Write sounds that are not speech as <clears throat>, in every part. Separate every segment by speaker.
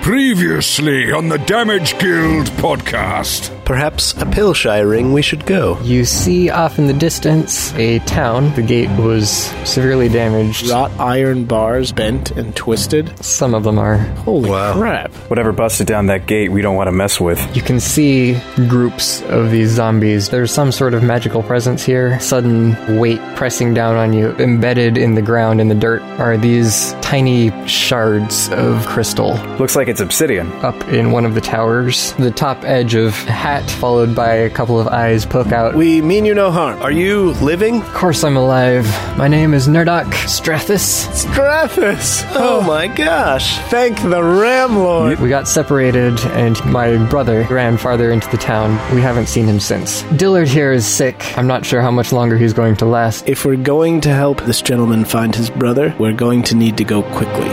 Speaker 1: Previously on the Damage Guild podcast.
Speaker 2: Perhaps a pill shiring we should go.
Speaker 3: You see off in the distance a town. The gate was severely damaged.
Speaker 4: Wrought iron bars bent and twisted.
Speaker 3: Some of them are.
Speaker 4: Holy crap.
Speaker 5: Whatever busted down that gate, we don't want to mess with.
Speaker 3: You can see groups of these zombies. There's some sort of magical presence here. Sudden weight pressing down on you. Embedded in the ground, in the dirt, are these tiny shards of crystal
Speaker 5: Looks like it's obsidian.
Speaker 3: up in one of the towers. The top edge of a hat, followed by a couple of eyes, poke out.
Speaker 2: We mean you no harm. Are you living?
Speaker 3: Of course, I'm alive. My name is Nerdoc Strathis.
Speaker 2: Strathus! Oh my gosh. Thank the Ram Lord.
Speaker 3: We got separated, and my brother ran farther into the town. We haven't seen him since. Dillard here is sick. I'm not sure how much longer he's going to last.
Speaker 4: If we're going to help this gentleman find his brother, we're going to need to go quickly.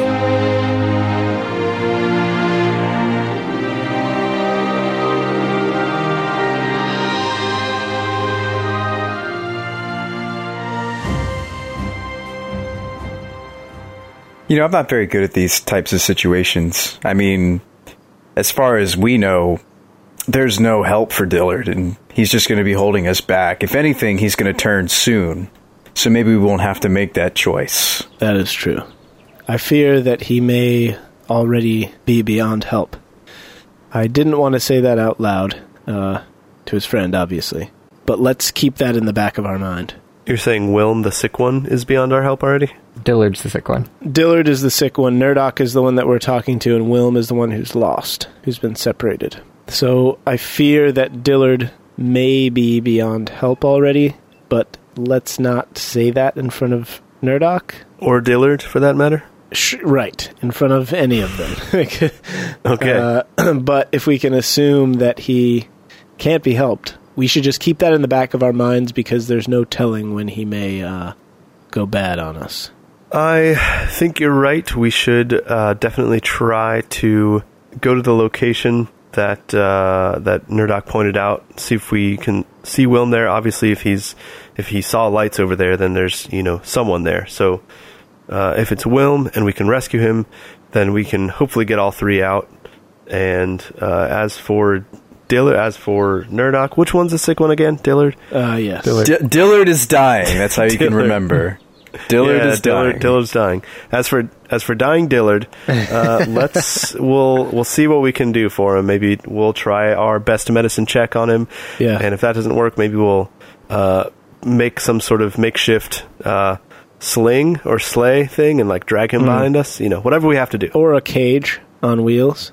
Speaker 5: You know, I'm not very good at these types of situations. I mean, as far as we know, there's no help for Dillard, and he's just going to be holding us back. If anything, he's going to turn soon. So maybe we won't have to make that choice.
Speaker 4: That is true. I fear that he may already be beyond help. I didn't want to say that out loud, uh, to his friend, obviously. But let's keep that in the back of our mind.
Speaker 6: You're saying Wilm, the sick one, is beyond our help already?
Speaker 3: Dillard's the sick one.
Speaker 4: Dillard is the sick one, Nerdoc is the one that we're talking to, and Wilm is the one who's lost, who's been separated. So I fear that Dillard may be beyond help already, but let's not say that in front of Nerdoc.
Speaker 6: Or Dillard, for that matter?
Speaker 4: Sh- right, in front of any of them. <laughs>
Speaker 6: Okay.
Speaker 4: Uh, <clears throat> but if we can assume that he can't be helped, we should just keep that in the back of our minds because there's no telling when he may uh, go bad on us.
Speaker 6: I think you're right. We should uh, definitely try to go to the location that uh, that Nerdoc pointed out. See if we can see Wilm there. Obviously, if he's if he saw lights over there, then there's you know someone there. So uh, if it's Wilm and we can rescue him, then we can hopefully get all three out. And uh, as for Dillard, as for Nerdoc, which one's the sick one again? Dillard.
Speaker 4: Uh, yes.
Speaker 5: D- Dillard is dying. That's how you can
Speaker 6: <laughs> Dillard.
Speaker 5: remember. Dillard
Speaker 6: Yeah,
Speaker 5: is
Speaker 6: Dillard,
Speaker 5: dying.
Speaker 6: Dillard's dying. As for as for dying Dillard,
Speaker 5: <laughs>
Speaker 6: uh, let's we'll we'll see what we can do for him. Maybe we'll try our best medicine check on him.
Speaker 4: Yeah.
Speaker 6: And if that doesn't work, maybe we'll uh, make some sort of makeshift uh, sling or sleigh thing and like drag
Speaker 5: Mm.
Speaker 6: him behind us. You know, whatever we have to
Speaker 5: Oh.
Speaker 6: do.
Speaker 4: Or a cage on wheels.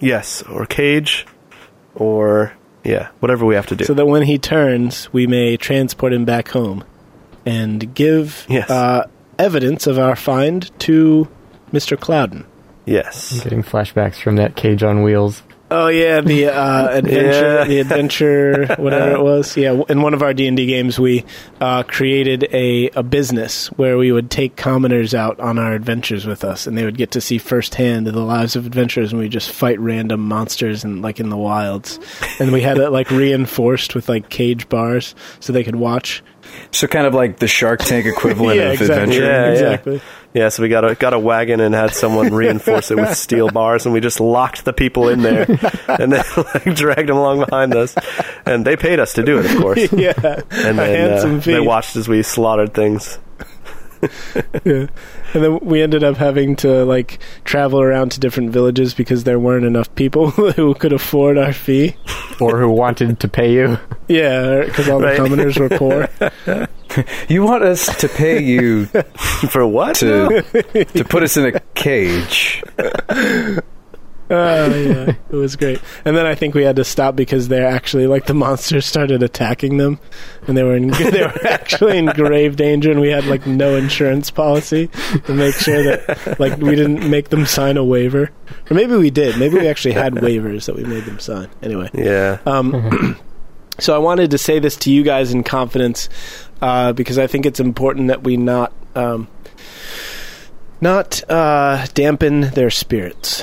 Speaker 6: Yes, or cage, or yeah, whatever we have to do.
Speaker 4: so that when he turns, we may transport him back home and give
Speaker 6: Yes.
Speaker 4: uh, evidence of our find to Mr. Clouden.
Speaker 6: yes.
Speaker 3: Getting flashbacks from that cage on wheels.
Speaker 4: Oh yeah, the uh, <laughs> adventure,
Speaker 6: Yeah.
Speaker 4: the adventure, whatever it was. Yeah, w- in one of our D and D games, we uh, created a a business where we would take commoners out on our adventures with us, and they would get to see firsthand the lives of adventurers, and we just fight random monsters and like in the wilds, and we had it like <laughs> reinforced with like cage bars so they could watch.
Speaker 5: So kind of like the Shark
Speaker 6: <laughs>
Speaker 5: Tank equivalent
Speaker 4: yeah,
Speaker 5: of
Speaker 4: exactly.
Speaker 5: adventure.
Speaker 6: Yeah, yeah.
Speaker 4: exactly.
Speaker 6: Yeah, so we got a got a wagon and
Speaker 4: <laughs>
Speaker 6: had someone reinforce it with steel bars, and we just locked the people
Speaker 4: <laughs>
Speaker 6: in there, and then like dragged them along behind us, and they paid us to do it, of course.
Speaker 4: <laughs> Yeah,
Speaker 6: And
Speaker 4: a
Speaker 6: then
Speaker 4: handsome
Speaker 6: uh,
Speaker 4: fee.
Speaker 6: they watched as we slaughtered things.
Speaker 4: And then we ended up having to like travel around to different villages because there weren't enough people <laughs> who could afford our fee.
Speaker 3: Or who wanted to pay you.
Speaker 4: Yeah, because all the
Speaker 6: Right.
Speaker 4: commoners were
Speaker 3: <laughs>
Speaker 4: poor.
Speaker 5: You want us to pay you
Speaker 6: <laughs> For what?
Speaker 5: to to put us in a cage.
Speaker 4: <laughs> Oh yeah, it was great. And then I think we had to stop because they're actually like the <laughs> monsters started attacking them, and they were in, <laughs> they were actually in grave danger, and we had like no insurance policy to make sure that like we didn't make them sign a waiver, or maybe we did. Maybe we actually had waivers that we made them sign. Anyway,
Speaker 6: Yeah.
Speaker 4: Um, so I wanted to say this to you guys in confidence uh, because I think it's important that we not um, not uh, dampen their spirits.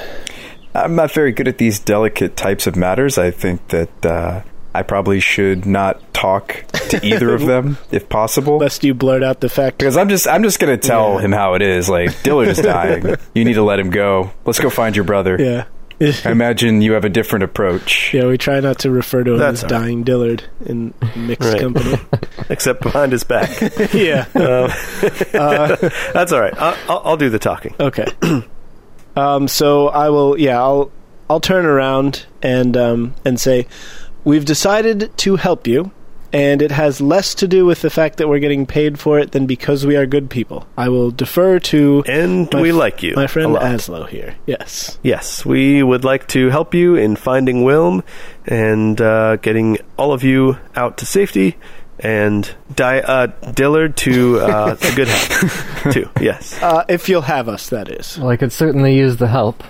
Speaker 5: I'm not very good at these delicate types of matters. I think that uh, I probably should not talk to either
Speaker 4: <laughs>
Speaker 5: of them if possible.
Speaker 4: Lest you blurt out the fact.
Speaker 5: Because I'm just I'm just
Speaker 4: <laughs>
Speaker 5: gonna tell him how it is. Like Dillard is dying. You need to let him go. Let's go find your brother.
Speaker 4: Yeah.
Speaker 5: I imagine you have a different
Speaker 4: <laughs>
Speaker 5: approach.
Speaker 4: Yeah, we try not to refer to him
Speaker 6: That's
Speaker 4: as
Speaker 6: all right.
Speaker 4: dying Dillard in mixed
Speaker 6: Right. <laughs>
Speaker 4: company. <laughs>
Speaker 6: except behind his back.
Speaker 4: yeah.
Speaker 6: Um, that's all right. I, I'll, I'll do the talking.
Speaker 4: Okay. <clears throat> um, so I will. Yeah, I'll. I'll turn around and um, and say, we've decided to help you, and it has less to do with the fact that we're getting paid for it than because we are good people. I will defer to
Speaker 6: And
Speaker 4: My
Speaker 6: we
Speaker 4: f-
Speaker 6: like you.
Speaker 4: my
Speaker 6: a
Speaker 4: friend
Speaker 6: lot.
Speaker 4: Aslo here. Yes.
Speaker 6: Yes, we would like to help you in finding Wilm and uh, getting all of you out to safety and Di- uh, Dillard to, uh, to
Speaker 5: <laughs>
Speaker 6: good health, too. Yes.
Speaker 4: Uh, if you'll have us, that is.
Speaker 3: Well, I could certainly use the help.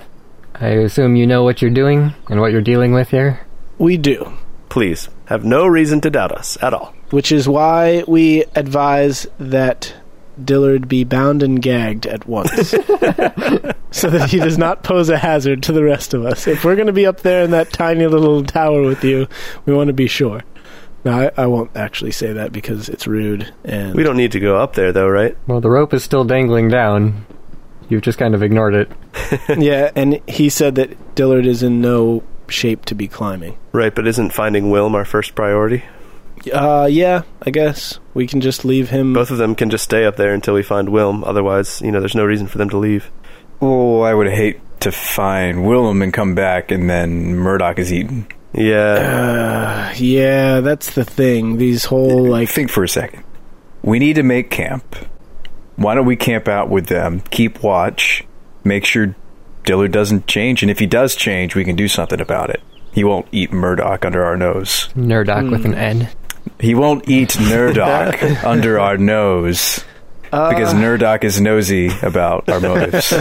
Speaker 3: I assume you know what you're doing and what you're dealing with here.
Speaker 4: We do.
Speaker 6: Please have no reason to doubt us at all.
Speaker 4: Which is why we advise that Dillard be bound and gagged at
Speaker 6: <laughs>
Speaker 4: once. so that he does not pose a hazard to the rest of us. If we're going to be up there in that tiny little tower with you, we want to be sure. Now, I, I won't actually say that because it's rude. And
Speaker 6: We don't need to go up there, though, right?
Speaker 3: Well, the rope is still dangling down. You've just kind of ignored it.
Speaker 4: <laughs> yeah, and he said that Dillard is in no shape to be climbing.
Speaker 6: Right, but isn't finding Wilm our first priority?
Speaker 4: Uh, yeah, I guess we can just leave him.
Speaker 6: Both of them can just stay up there until we find Wilm. Otherwise, you know, there's no reason for them to leave.
Speaker 5: Oh, I would hate to find Willem and come back and then Murdoch is eaten.
Speaker 6: Yeah.
Speaker 4: Uh, yeah, that's the thing. These whole like
Speaker 5: Think for a second. We need to make camp. Why don't we camp out with them? Keep watch. Make sure Dillard doesn't change, and if he does change, we can do something about it. He won't eat Murdoch under our nose.
Speaker 3: Nerdoc with an N.
Speaker 5: He won't eat Nerdoc under our nose. Because
Speaker 4: uh,
Speaker 5: Nerdoc is nosy about our motives.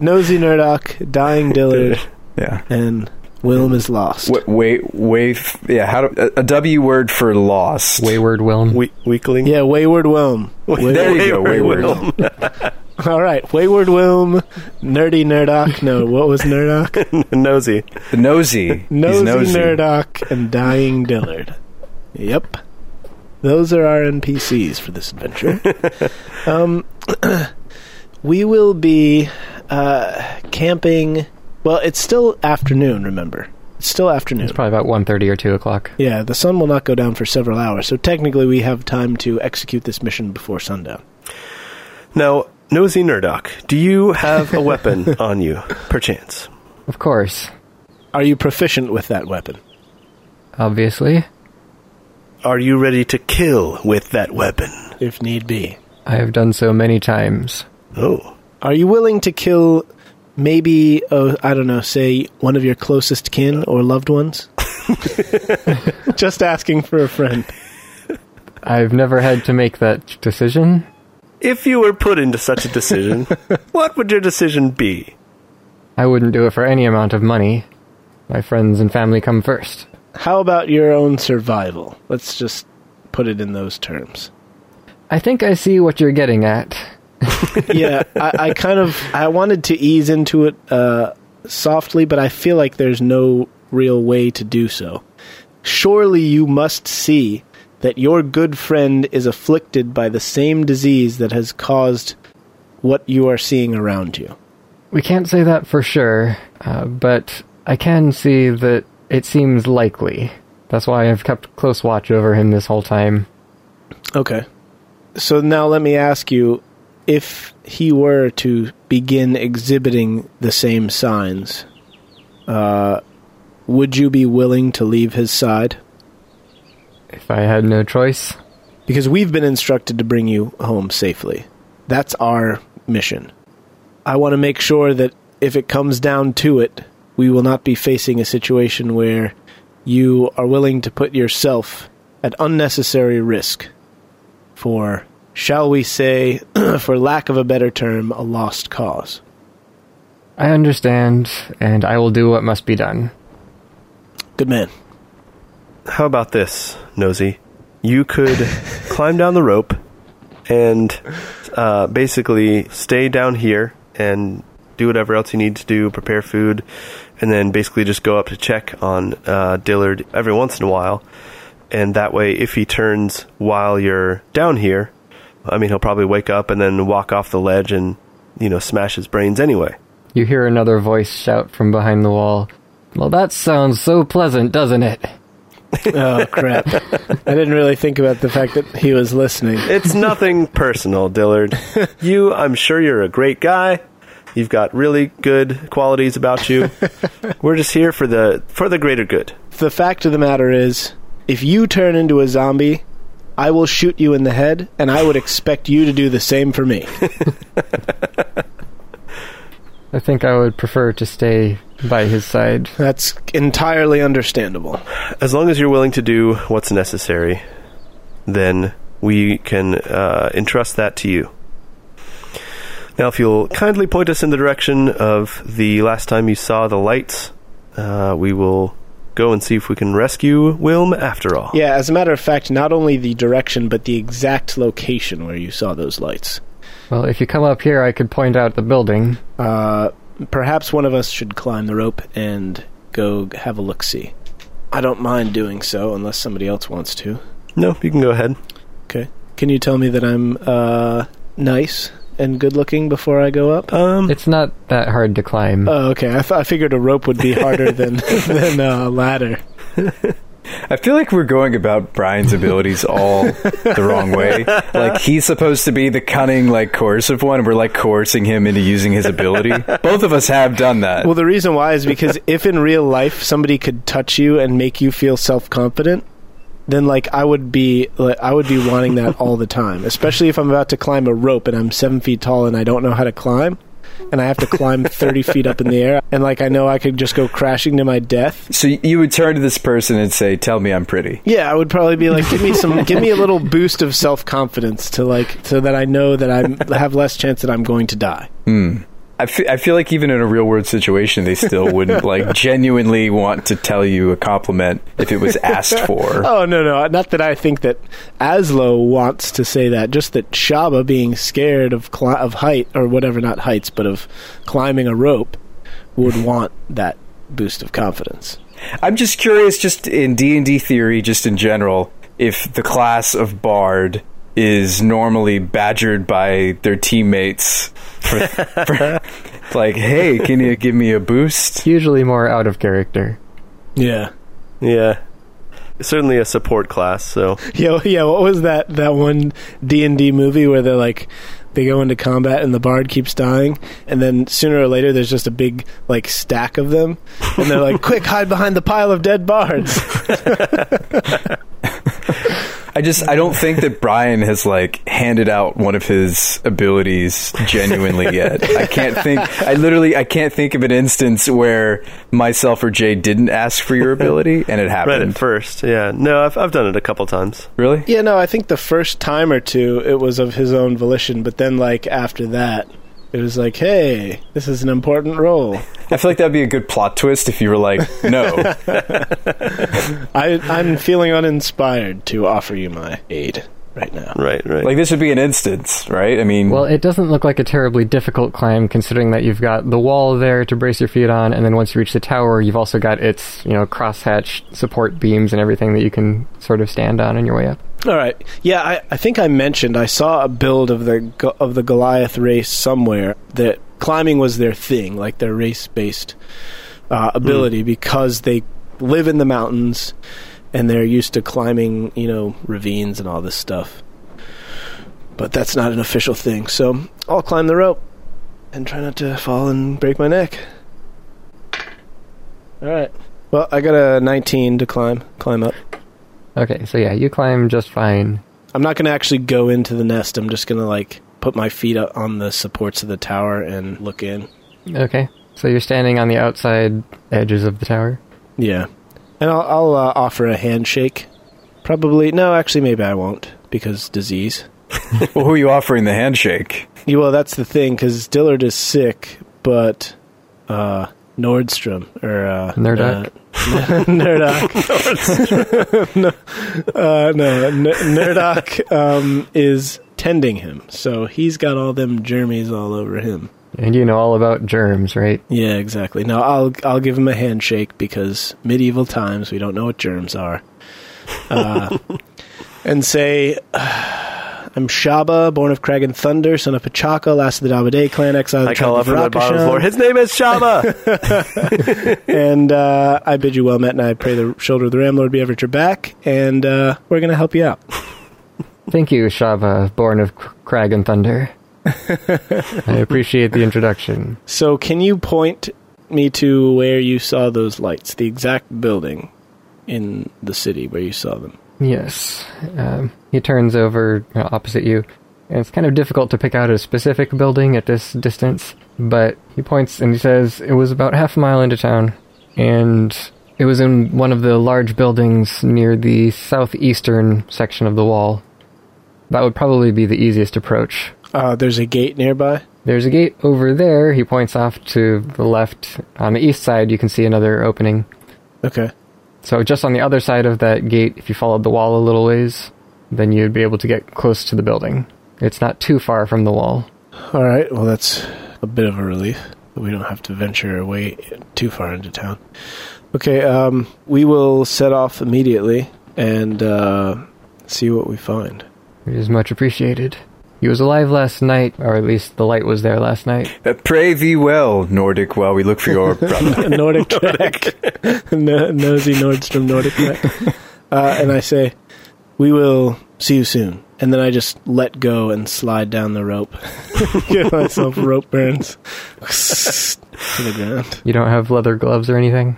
Speaker 4: nosy Nerdoc, dying Dillard,
Speaker 6: <laughs>
Speaker 5: Yeah.
Speaker 4: and Wilm is lost.
Speaker 5: Wait, wait, wave. Yeah, how do. A, a W word for lost.
Speaker 3: Wayward Wilm.
Speaker 6: we- weakling? <laughs>
Speaker 4: Yeah, Wayward Wilm.
Speaker 5: There you go, wayward.
Speaker 6: Wilm.
Speaker 4: <laughs>
Speaker 6: <laughs>
Speaker 4: All right, Wayward Wilm, Nerdy Nerdoc. No, what was
Speaker 5: <laughs>
Speaker 4: Nerdoc?
Speaker 6: Nosy.
Speaker 5: The nosy.
Speaker 4: Nosy
Speaker 5: He's nosy.
Speaker 4: Nerdoc and dying Dillard. Yep, those are our NPCs for this
Speaker 5: <laughs>
Speaker 4: adventure. um, <clears throat> we will be uh, camping. Well, it's still afternoon. Remember, it's still afternoon.
Speaker 3: It's probably about 1.30 or 2 o'clock.
Speaker 4: Yeah, the sun will not go down for several hours, so technically we have time to execute this mission before sundown.
Speaker 6: Now, Nosy Nerdoc, do you have a weapon on you, perchance?
Speaker 3: Of course.
Speaker 4: Are you proficient with that weapon?
Speaker 3: Obviously.
Speaker 6: Are you ready to kill with that weapon?
Speaker 4: If need be.
Speaker 3: I have done so many times.
Speaker 6: Oh.
Speaker 4: Are you willing to kill maybe, uh, I don't know, say one of your closest kin or loved ones? <laughs> Just asking for a friend.
Speaker 3: I've never had to make that decision.
Speaker 6: If you were put into such a decision, what would your decision be?
Speaker 3: I wouldn't do it for any amount of money. My friends and family come first.
Speaker 4: How about your own survival? Let's just put it in those terms.
Speaker 3: I think I see what you're getting at.
Speaker 4: yeah, I, I kind of I wanted to ease into it uh, softly, but I feel like there's no real way to do so. Surely you must see that your good friend is afflicted by the same disease that has caused what you are seeing around you.
Speaker 3: We can't say that for sure, uh, but I can see that it seems likely. That's why I've kept close watch over him this whole time.
Speaker 4: Okay. So now let me ask you if he were to begin exhibiting the same signs, uh, would you be willing to leave his side?
Speaker 3: If I had no choice,
Speaker 4: because we've been instructed to bring you home safely. That's our mission. I want to make sure that if it comes down to it, we will not be facing a situation where you are willing to put yourself at unnecessary risk for, shall we say, <clears throat> for lack of a better term, a lost cause.
Speaker 3: I understand, and I will do what must be done.
Speaker 4: Good man.
Speaker 6: How about this, Nosy? You could climb down the rope and uh, basically stay down here and do whatever else you need to do, prepare food, and then basically just go up to check on uh, Dillard every once in a while. And that way, if he turns while you're down here, I mean, he'll probably wake up and then walk off the ledge and, you know, smash his brains anyway.
Speaker 3: You hear another voice shout from behind the wall. Well, that sounds so pleasant, doesn't it?
Speaker 4: Oh crap! I didn't really think about the fact that he was listening.
Speaker 6: It's nothing personal, Dillard. You, I'm sure you're a great guy. You've got really good qualities about you. We're just here for the for the greater good.
Speaker 4: The fact of the matter is, if you turn into a zombie, I will shoot you in the head, and I would expect you to do the same for me.
Speaker 3: I think I would prefer to stay by his side.
Speaker 4: That's entirely understandable.
Speaker 6: As long as you're willing to do what's necessary, then we can uh, entrust that to you. Now, if you'll kindly point us in the direction of the last time you saw the lights, uh, we will go and see if we can rescue Wilm after all.
Speaker 4: Yeah, as a matter of fact, not only the direction, but the exact location where you saw those lights.
Speaker 3: Well, if you come up here, I could point out the building.
Speaker 4: Uh, perhaps one of us should climb the rope and go have a look see. I don't mind doing so unless somebody else wants to.
Speaker 6: No, you can go ahead.
Speaker 4: Okay. Can you tell me that I'm uh, nice and good looking before I go up?
Speaker 6: Um,
Speaker 3: It's not that hard to climb.
Speaker 4: Oh, okay. I, th- I figured a rope would be harder than <laughs> than a ladder.
Speaker 5: I feel like we're going about Brian's abilities all the wrong way. Like he's supposed to be the cunning, like coercive one, and we're like coercing him into using his ability. Both of us have done that.
Speaker 4: Well, the reason why is because if in real life somebody could touch you and make you feel self confident, then like I would be like, I would be wanting that all the time, especially if I'm about to climb a rope and I'm seven feet tall and I don't know how to climb. And I have to climb 30 feet up in the air. And, like, I know I could just go crashing to my death.
Speaker 5: so you would turn to this person and say, "Tell me I'm pretty."
Speaker 4: Yeah, I would probably be like, give me some, give me a little boost of self confidence to, like, so that I know that I have less chance that I'm going to die.
Speaker 5: I fe- I feel like even in a real world situation, they still wouldn't like genuinely want to tell you a compliment if it was asked for.
Speaker 4: Oh no, no, not that I think that Aslo wants to say that. Just that Shaba being scared of cli- of height or whatever, not heights, but of climbing a rope, would want that boost of confidence.
Speaker 5: I'm just curious, just in D and D theory, just in general, if the class of bard is normally badgered by their teammates for, for like, hey, can you give me a boost?
Speaker 3: Usually more out of character.
Speaker 4: Yeah,
Speaker 6: yeah, certainly a support class. So
Speaker 4: yeah, yeah. What was that that one D and D movie where they're like. They go into combat and the bard keeps dying, and then sooner or later there's just a big like stack of them, and they're like, "Quick, hide behind the pile of dead bards."
Speaker 5: I just I don't think that Brian has like handed out one of his abilities genuinely yet. I can't think I literally I can't think of an instance where myself or Jay didn't ask for your ability and it
Speaker 6: read
Speaker 5: happened.
Speaker 6: it first. Yeah, no, I've I've done it a couple times.
Speaker 5: Really?
Speaker 4: Yeah, no, I think the first time or two it was of his own volition, but then like after that, it was like, hey, this is an important role.
Speaker 5: I feel like that'd be a good plot twist if you were like, no,
Speaker 4: I I'm feeling uninspired to offer you my aid right now.
Speaker 6: Right, right.
Speaker 5: Like this would be an instance, right? I mean,
Speaker 3: Well, it doesn't look like a terribly difficult climb considering that you've got the wall there to brace your feet on, and then once you reach the tower, you've also got its, you know, crosshatch support beams and everything that you can sort of stand on on your way up.
Speaker 4: All right. Yeah, I, I think I mentioned I saw a build of the Go- of the Goliath race somewhere that climbing was their thing, like their race based uh, ability, because they live in the mountains and they're used to climbing, you know, ravines and all this stuff. But that's not an official thing, so I'll climb the rope and try not to fall and break my neck. All right. Well, I got a 19 to climb climb up.
Speaker 3: Okay, so yeah, you climb just fine.
Speaker 4: I'm not going to actually go into the nest. I'm just going to like put my feet up on the supports of the tower and look in.
Speaker 3: Okay. So you're standing on the outside edges of the tower.
Speaker 4: Yeah, and I'll, I'll uh, offer a handshake. Probably no, actually, maybe I won't because disease.
Speaker 5: well, <laughs> who are you offering the handshake?
Speaker 4: Yeah, well, that's the thing because Dillard is sick, but uh, Nordstrom or uh,
Speaker 3: Nerdoc?
Speaker 4: uh, <laughs> Nerdoc. no, uh, no, N- Nerdoc um, is tending him, so he's got all them germies all over him.
Speaker 3: And you know all about germs, right?
Speaker 4: Yeah, exactly. No, I'll I'll give him a handshake because medieval times we don't know what germs are, uh, and say, <sighs> I'm Shaba, born of Crag and Thunder, son of Pachaka, last of the Dabaday clan, exiled
Speaker 6: I
Speaker 4: of the tribe
Speaker 6: call up
Speaker 4: of
Speaker 6: from the bottom
Speaker 4: Rakashan.
Speaker 6: floor. <laughs> His name is Shama.
Speaker 4: And uh, I bid you well met, and I pray the shoulder of the Ram Lord be ever at your back, and uh, we're going to help you out.
Speaker 3: Thank you, Shava, born of Cr- Crag and Thunder. I appreciate the introduction.
Speaker 4: So, can you point me to where you saw those lights, the exact building in the city where you saw them?
Speaker 3: Yes. Um, he turns over you know, opposite you, and it's kind of difficult to pick out a specific building at this distance, but he points and he says it was about half a mile into town, and it was in one of the large buildings near the southeastern section of the wall. That would probably be the easiest approach.
Speaker 4: Uh, there's a gate nearby.
Speaker 3: There's a gate over there. He points off to the left. On the east side, you can see another opening.
Speaker 4: Okay.
Speaker 3: So just on the other side of that gate, if you followed the wall a little ways, then you'd be able to get close to the building. It's not too far from the wall.
Speaker 4: All right. Well, that's a bit of a relief. that We don't have to venture away too far into town. Okay. Um, we will set off immediately and uh, see what we find.
Speaker 3: It is much appreciated. He was alive last night, or at least the light was there last night.
Speaker 5: Uh, pray thee well, Nordic, while we look for <laughs> your brother.
Speaker 4: Nordic Trek. <laughs> no, nosy Nordstrom Nordic Trek. Uh, and I say, we will see you soon. And then I just let go and slide down the rope. <laughs> Give myself rope burns <laughs> to the ground.
Speaker 3: You don't have leather gloves or anything?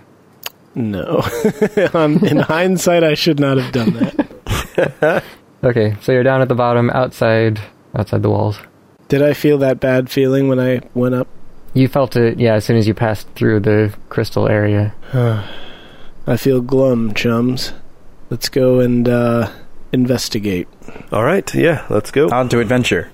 Speaker 4: No. <laughs> Um, in hindsight, I should not have done that.
Speaker 3: Okay, so you're down at the bottom, outside, outside the walls.
Speaker 4: Did I feel that bad feeling when I went up?
Speaker 3: You felt it, yeah, as soon as you passed through the crystal area.
Speaker 4: I feel glum, chums. Let's go and uh, investigate.
Speaker 6: All right, yeah, let's go.
Speaker 5: On to adventure.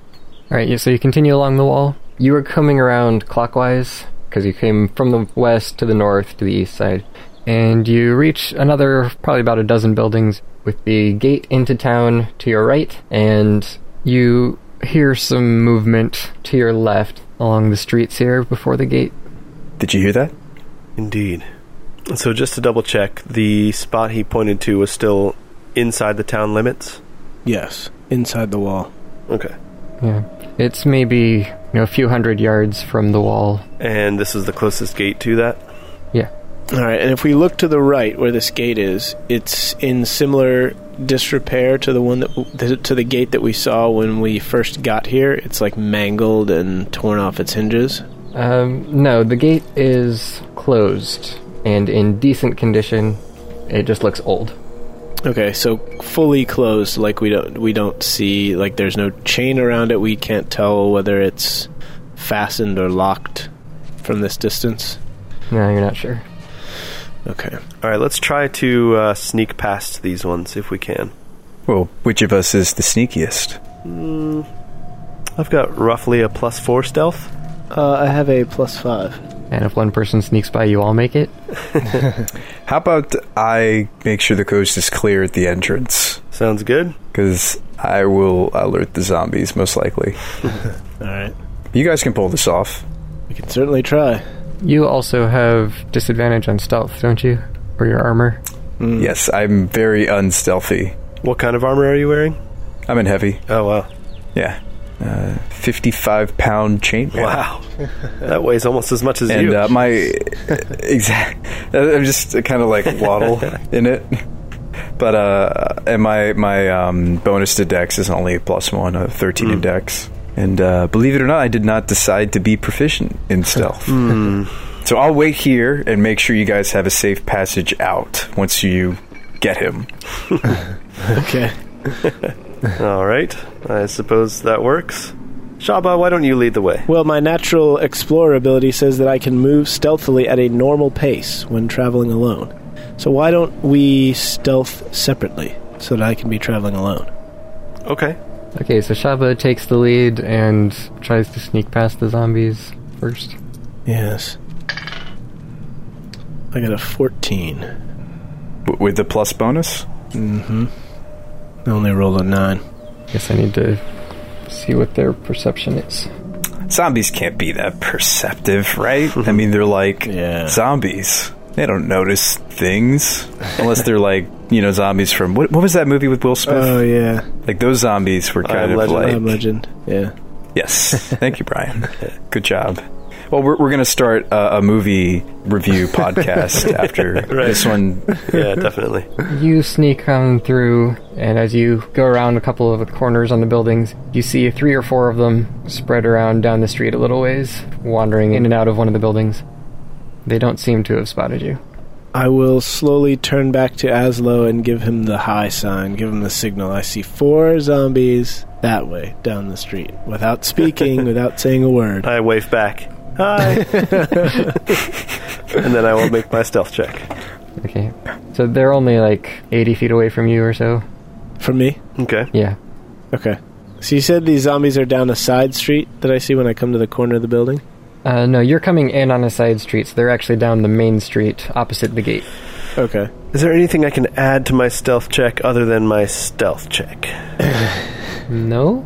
Speaker 3: Alright, yeah, so you continue along the wall. You were coming around clockwise, because you came from the west to the north to the east side. And you reach another, probably about a dozen buildings, with the gate into town to your right, and you hear some movement to your left along the streets here before the gate.
Speaker 5: Did you hear that?
Speaker 6: Indeed. So just to double check, the spot he pointed to was still inside the town limits.
Speaker 4: Yes, inside the wall.
Speaker 6: Okay.
Speaker 3: Yeah. It's maybe, you know, a few hundred yards from the wall.
Speaker 6: And this is the closest gate to that.
Speaker 3: Yeah.
Speaker 4: All right, and if we look to the right where this gate is, it's in similar disrepair to the one that to the gate that we saw when we first got here. It's like mangled and torn off its hinges.
Speaker 3: Um, no, the gate is closed and in decent condition. It just looks old.
Speaker 4: Okay, so fully closed, like we don't we don't see like there's no chain around it. We can't tell whether it's fastened or locked from this distance.
Speaker 3: No, you're not sure.
Speaker 4: Okay.
Speaker 6: All right, let's try to uh, sneak past these ones if we can.
Speaker 5: Well, which of us is the sneakiest?
Speaker 6: I've got roughly a plus four stealth.
Speaker 4: Uh, I have a plus five.
Speaker 3: And if one person sneaks by, you all make it.
Speaker 5: How about I make sure the coast is clear at the entrance?
Speaker 6: Sounds good.
Speaker 5: Because I will alert the zombies, most likely.
Speaker 4: All right,
Speaker 5: You guys can pull this off.
Speaker 4: we can certainly try. <laughs>
Speaker 3: You also have disadvantage on stealth, don't you? Or your armor.
Speaker 5: Yes, I'm very unstealthy.
Speaker 6: What kind of armor are you wearing?
Speaker 5: I'm in heavy.
Speaker 6: Oh wow,
Speaker 5: Yeah. Uh, 55 pound chainmail.
Speaker 6: wow, that weighs almost as much as
Speaker 5: And
Speaker 6: you.
Speaker 5: uh, my exact, uh, I'm just kind of like waddle in it. But uh, and my my um, bonus to Dex is only plus one, a thirteen in Dex. And uh, believe it or not, I did not decide to be proficient in stealth. <laughs> So I'll wait here and make sure you guys have a safe passage out once you get him.
Speaker 4: Okay.
Speaker 6: All right, I suppose that works. Shaba, why don't you lead the way?
Speaker 4: Well, my natural explorer ability says that I can move stealthily at a normal pace when traveling alone. So why don't we stealth separately so that I can be traveling alone?
Speaker 6: Okay,
Speaker 3: Okay, so Shava takes the lead and tries to sneak past the zombies first.
Speaker 4: Yes. I got a 14.
Speaker 5: W- with the plus bonus,
Speaker 4: I only rolled a 9.
Speaker 3: Guess I need to see what their perception is.
Speaker 5: zombies can't be that perceptive, right? I mean, they're like
Speaker 4: <laughs> Yeah.
Speaker 5: zombies. They don't notice things unless they're like you know zombies from what? What was that movie with Will Smith?
Speaker 4: Oh yeah,
Speaker 5: like those zombies were kind
Speaker 6: am
Speaker 5: of
Speaker 6: Legend.
Speaker 5: like
Speaker 4: I'm legend. Yeah. <laughs>
Speaker 5: Yes. Thank you, Brian. Good job. Well, we're, we're going to start a, a movie review
Speaker 4: <laughs>
Speaker 5: podcast after this one.
Speaker 6: yeah, <laughs> definitely.
Speaker 3: You sneak on through, and as you go around a couple of the corners on the buildings, you see three or four of them spread around down the street a little ways, wandering in and out of one of the buildings. They don't seem to have spotted you.
Speaker 4: I will slowly turn back to Aslo and give him the high sign, give him the signal. I see four zombies that way down the street without speaking, without saying a word.
Speaker 6: I wave back. Hi. and then I will make my stealth check.
Speaker 3: Okay. So they're only like 80 feet away from you or so.
Speaker 4: From me?
Speaker 6: Okay.
Speaker 3: Yeah.
Speaker 4: Okay. So you said these zombies are down a side street that I see when I come to the corner of the building?
Speaker 3: Uh, no, you're coming in on a side street, so they're actually down the main street opposite the gate.
Speaker 4: Okay.
Speaker 6: Is there anything I can add to my stealth check other than my stealth check?
Speaker 3: No?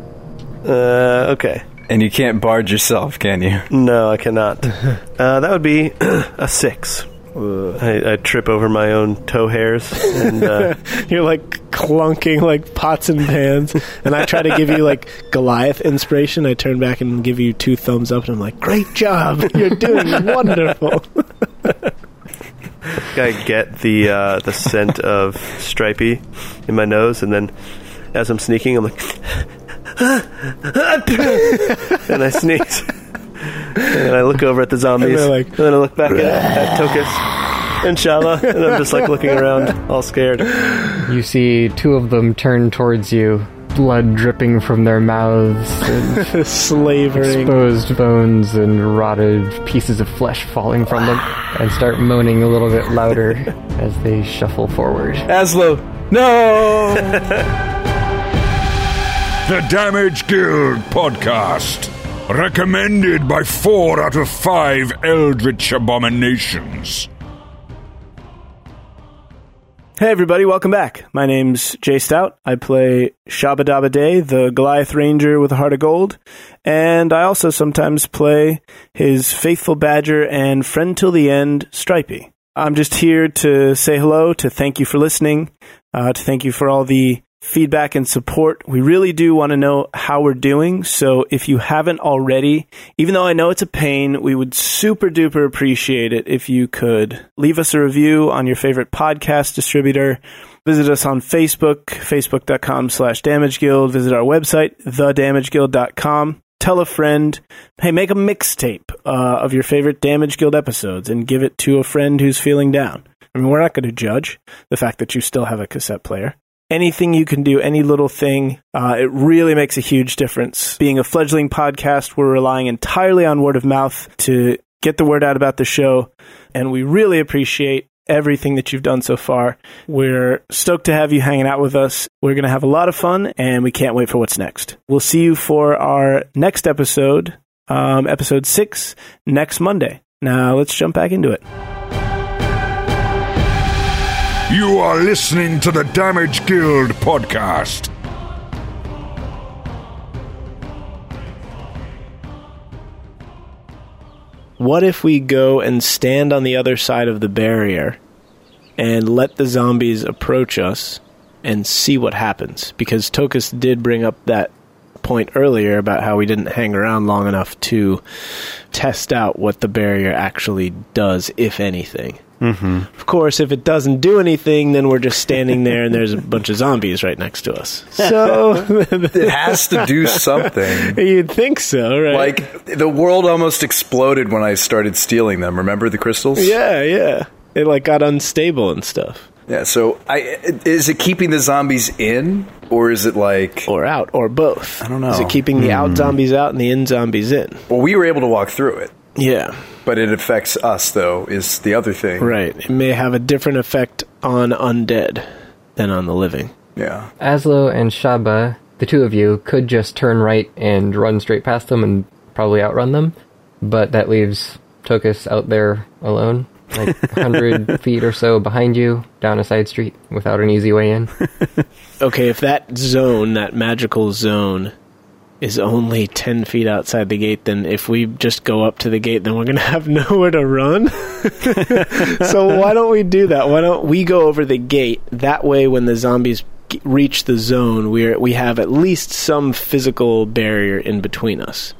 Speaker 6: Uh, okay.
Speaker 5: And you can't barge yourself, can you?
Speaker 6: No, I cannot. Uh, that would be <clears throat> a six. I, I trip over my own toe hairs, and uh,
Speaker 4: <laughs> You're like clunking like pots and pans, and I try to give you like Goliath inspiration. I turn back and give you two thumbs up, and I'm like, "Great job!
Speaker 7: <laughs>
Speaker 4: You're doing wonderful."
Speaker 6: I get the uh, the scent of stripey in my nose, and then as I'm sneaking, I'm like, <laughs> and I sneeze, and I look over at the zombies,
Speaker 4: they're
Speaker 6: and,
Speaker 4: like-
Speaker 6: then I look back at, at Tokus and Shala, and I'm just like looking around, all scared.
Speaker 3: You see two of them turn towards you, blood dripping from their mouths, and
Speaker 4: Slavering.
Speaker 3: exposed bones and rotted pieces of flesh falling from them, and start moaning a little bit louder as they shuffle forward.
Speaker 5: Aslo, no!
Speaker 1: The Damage Guild Podcast. Recommended by four out of five Eldritch Abominations.
Speaker 7: Hey everybody, welcome back. My name's Jay Stout. I play Shabba Dabba Day, the Goliath Ranger with a heart of gold, and I also sometimes play his faithful badger and friend till the end, Stripey. I'm just here to say hello, to thank you for listening, uh, to thank you for all the feedback and support. We really do want to know how we're doing, so if you haven't already, even though I know it's a pain, we would super duper appreciate it if you could leave us a review on your favorite podcast distributor. Visit us on Facebook, facebook.com slash damage guild. Visit our website, thedamageguild.com. Tell a friend, hey, make a mixtape uh, of your favorite Damage Guild episodes and give it to a friend who's feeling down. I mean, we're not going to judge the fact that you still have a cassette player. Anything you can do, any little thing, uh, it really makes a huge difference. Being a fledgling podcast, we're relying entirely on word of mouth to get the word out about the show, and we really appreciate everything that you've done so far. We're stoked to have you hanging out with us. We're going to have a lot of fun, and we can't wait for what's next. We'll see you for our next episode, um, episode six, next Monday. Now, let's jump back into it.
Speaker 1: You are listening to the Damage Guild Podcast.
Speaker 4: What if we go and stand on the other side of the barrier and let the zombies approach us and see what happens? Because Tokus did bring up that point earlier about how we didn't hang around long enough to test out what the barrier actually does, if anything. Mm-hmm. Of course, if it doesn't do anything, then we're just standing there and there's a bunch of zombies right next to us. So <laughs>
Speaker 5: It has to do something.
Speaker 4: you'd think so, right?
Speaker 5: Like, the world almost exploded when I started stealing them. Remember the crystals?
Speaker 4: yeah, yeah. It like got unstable and stuff.
Speaker 5: Yeah, so I, is it keeping the zombies in? Or is it like.
Speaker 4: or out or both. I Hmm.
Speaker 5: don't know.
Speaker 4: Is it keeping the out zombies out and the in zombies in?
Speaker 5: Well, we were able to walk through it,
Speaker 4: Yeah,
Speaker 5: but it affects us, though, is the other thing.
Speaker 4: right. It may have a different effect on undead than on the living.
Speaker 5: Yeah.
Speaker 3: Aslo and Shaba, the two of you, could just turn right and run straight past them and probably outrun them, but that leaves Tokus out there alone, like 100 feet or so behind you, down a side street, without an easy way in.
Speaker 4: Okay, if that zone, that magical zone, is only 10 feet outside the gate, then if we just go up to the gate, then we're going to have <laughs> nowhere to run. so why don't we do that? Why don't we go over the gate? That way, when the zombies g- reach the zone, we're, we have at least some physical barrier in between us.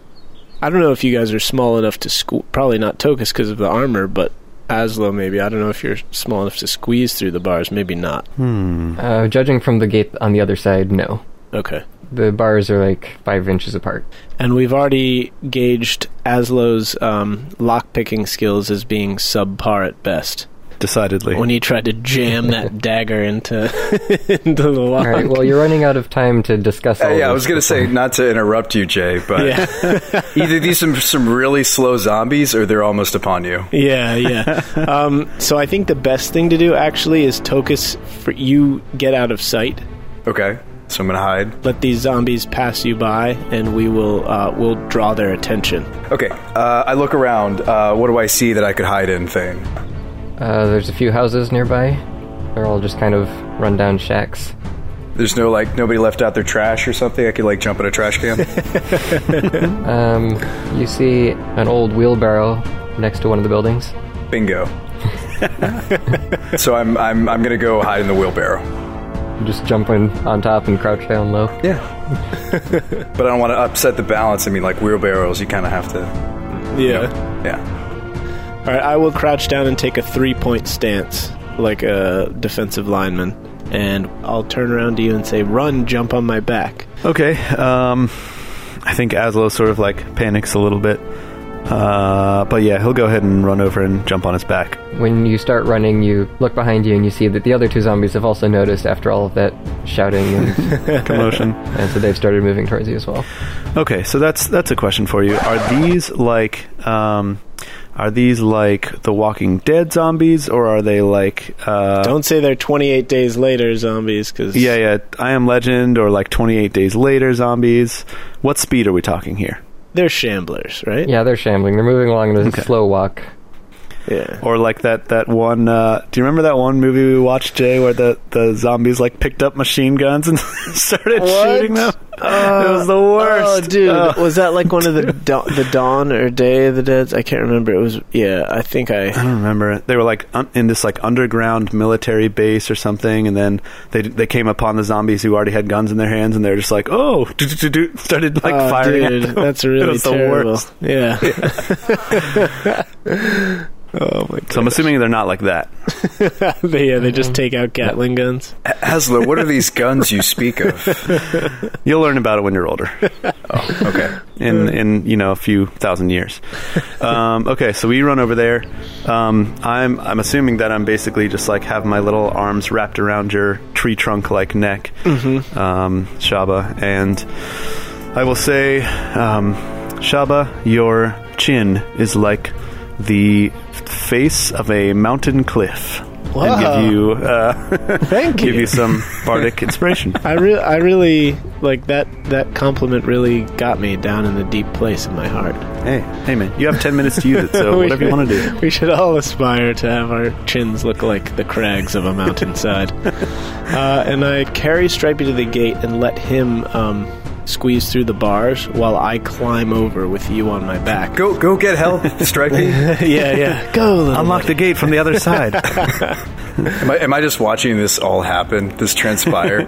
Speaker 4: I don't know if you guys are small enough to squeeze, probably not Tokus because of the armor, but Aslo maybe. I don't know if you're small enough to squeeze through the bars, maybe not.
Speaker 3: Uh, judging from the gate on the other side, no.
Speaker 4: Okay.
Speaker 3: The bars are like five inches apart.
Speaker 4: And we've already gauged Aslo's um, lockpicking skills as being subpar at best.
Speaker 6: Decidedly.
Speaker 4: When he tried to jam
Speaker 3: <laughs>
Speaker 4: that dagger into <laughs> into the lock.
Speaker 3: All right. Well, you're running out of time to discuss. All
Speaker 5: Uh, yeah, I
Speaker 3: this
Speaker 5: was going to
Speaker 3: before-
Speaker 5: say not to interrupt you, Jay, but
Speaker 4: Yeah.
Speaker 5: <laughs> either these are some really slow zombies or they're almost upon you.
Speaker 4: Yeah, yeah.
Speaker 3: <laughs>
Speaker 4: um, so I think the best thing to do actually is Tokus, for you get out of sight.
Speaker 5: Okay, so I'm going to hide.
Speaker 4: Let these zombies pass you by, and we will uh, will draw their attention.
Speaker 5: Okay, uh, I look around. Uh, what do I see that I could hide in? Thing.
Speaker 3: Uh, there's a few houses nearby. They're all just kind of rundown shacks.
Speaker 5: There's no like nobody left out their trash or something. I could like jump in a
Speaker 4: <laughs>
Speaker 5: trash can.
Speaker 3: Um, you see an old wheelbarrow next to one of the buildings.
Speaker 5: Bingo. so I'm I'm I'm gonna go hide in the wheelbarrow.
Speaker 3: You just jump in on top and crouch down low.
Speaker 5: Yeah. but I don't want to upset the balance. I mean, like wheelbarrows, you kind of have to.
Speaker 4: Yeah.
Speaker 5: Yeah.
Speaker 4: All right. I will crouch down and take a three point stance, like a defensive lineman, and I'll turn around to you and say, "Run! Jump on my back."
Speaker 6: Okay. Um, I think Aslo sort of like panics a little bit. Uh, but yeah, he'll go ahead and run over and jump on his back.
Speaker 3: When you start running, you look behind you and you see that the other two zombies have also noticed after all of that shouting, and,
Speaker 6: Commotion.
Speaker 3: and so they've started moving towards you as well.
Speaker 6: okay, so that's that's a question for you. Are these like um, are these like the Walking Dead zombies, or are they like uh,
Speaker 4: Don't say they're 28 days later zombies, because
Speaker 6: yeah yeah I Am Legend or like Twenty Eight Days Later zombies? What speed are we talking here?
Speaker 4: they're shamblers, right?
Speaker 3: Yeah, they're shambling. They're moving along at a
Speaker 6: Okay.
Speaker 3: slow walk.
Speaker 4: Yeah.
Speaker 6: Or like that that one. Uh, do you remember that one movie we watched, Jay, where the, the zombies like picked up machine guns and <laughs> started shooting them? it was the worst,
Speaker 4: Oh, dude,
Speaker 6: Oh.
Speaker 4: was that like one of the da- the dawn or day of the dead? I can't remember. It was yeah. I think
Speaker 6: I
Speaker 4: I
Speaker 6: don't remember it. They were like un- in this like underground military base or something, and then they they came upon the zombies who already had guns in their hands, and they were just like, oh, do, do, do, do, started <laughs> like
Speaker 4: oh,
Speaker 6: firing. at
Speaker 4: Dude,
Speaker 6: them.
Speaker 4: that's really
Speaker 6: <laughs> it was The
Speaker 4: terrible.
Speaker 6: worst.
Speaker 4: Yeah. <laughs> oh my
Speaker 6: So I'm assuming they're not like that.
Speaker 4: god. They- yeah, they just take out Gatling guns.
Speaker 5: Asla, what are these guns you speak of?
Speaker 6: You'll learn about it when you're older.
Speaker 5: Okay.
Speaker 6: in in you know a few
Speaker 4: <laughs>
Speaker 6: thousand years. Um, okay, so we run over there. Um, I'm I'm assuming that I'm basically just like have my little arms wrapped around your tree trunk like neck,
Speaker 4: Mm-hmm.
Speaker 6: um, Shaba, and I will say, um, Shaba, your chin is like the face of a mountain cliff. And
Speaker 4: Wow.
Speaker 6: give you uh, <laughs>
Speaker 4: Thank
Speaker 6: give
Speaker 4: you. <laughs>
Speaker 6: you some bardic inspiration.
Speaker 4: I re- I really like that that compliment really got me down in the deep place of my heart.
Speaker 6: Hey, hey man, you have ten minutes to use it, so
Speaker 4: <laughs> We
Speaker 6: Oh, whatever you
Speaker 4: should-
Speaker 6: want to do.
Speaker 4: We should all aspire to have our chins look like the crags of a
Speaker 6: <laughs>
Speaker 4: mountainside. uh, and I carry Stripey to the gate and let him um, squeeze through the bars while I climb over with you on my
Speaker 6: <laughs>
Speaker 4: back.
Speaker 5: Go go get help, Stripey.
Speaker 4: yeah, yeah. Go, little
Speaker 6: Unlock the gate from the other side.
Speaker 5: Am I, am I just watching this all happen? This transpire?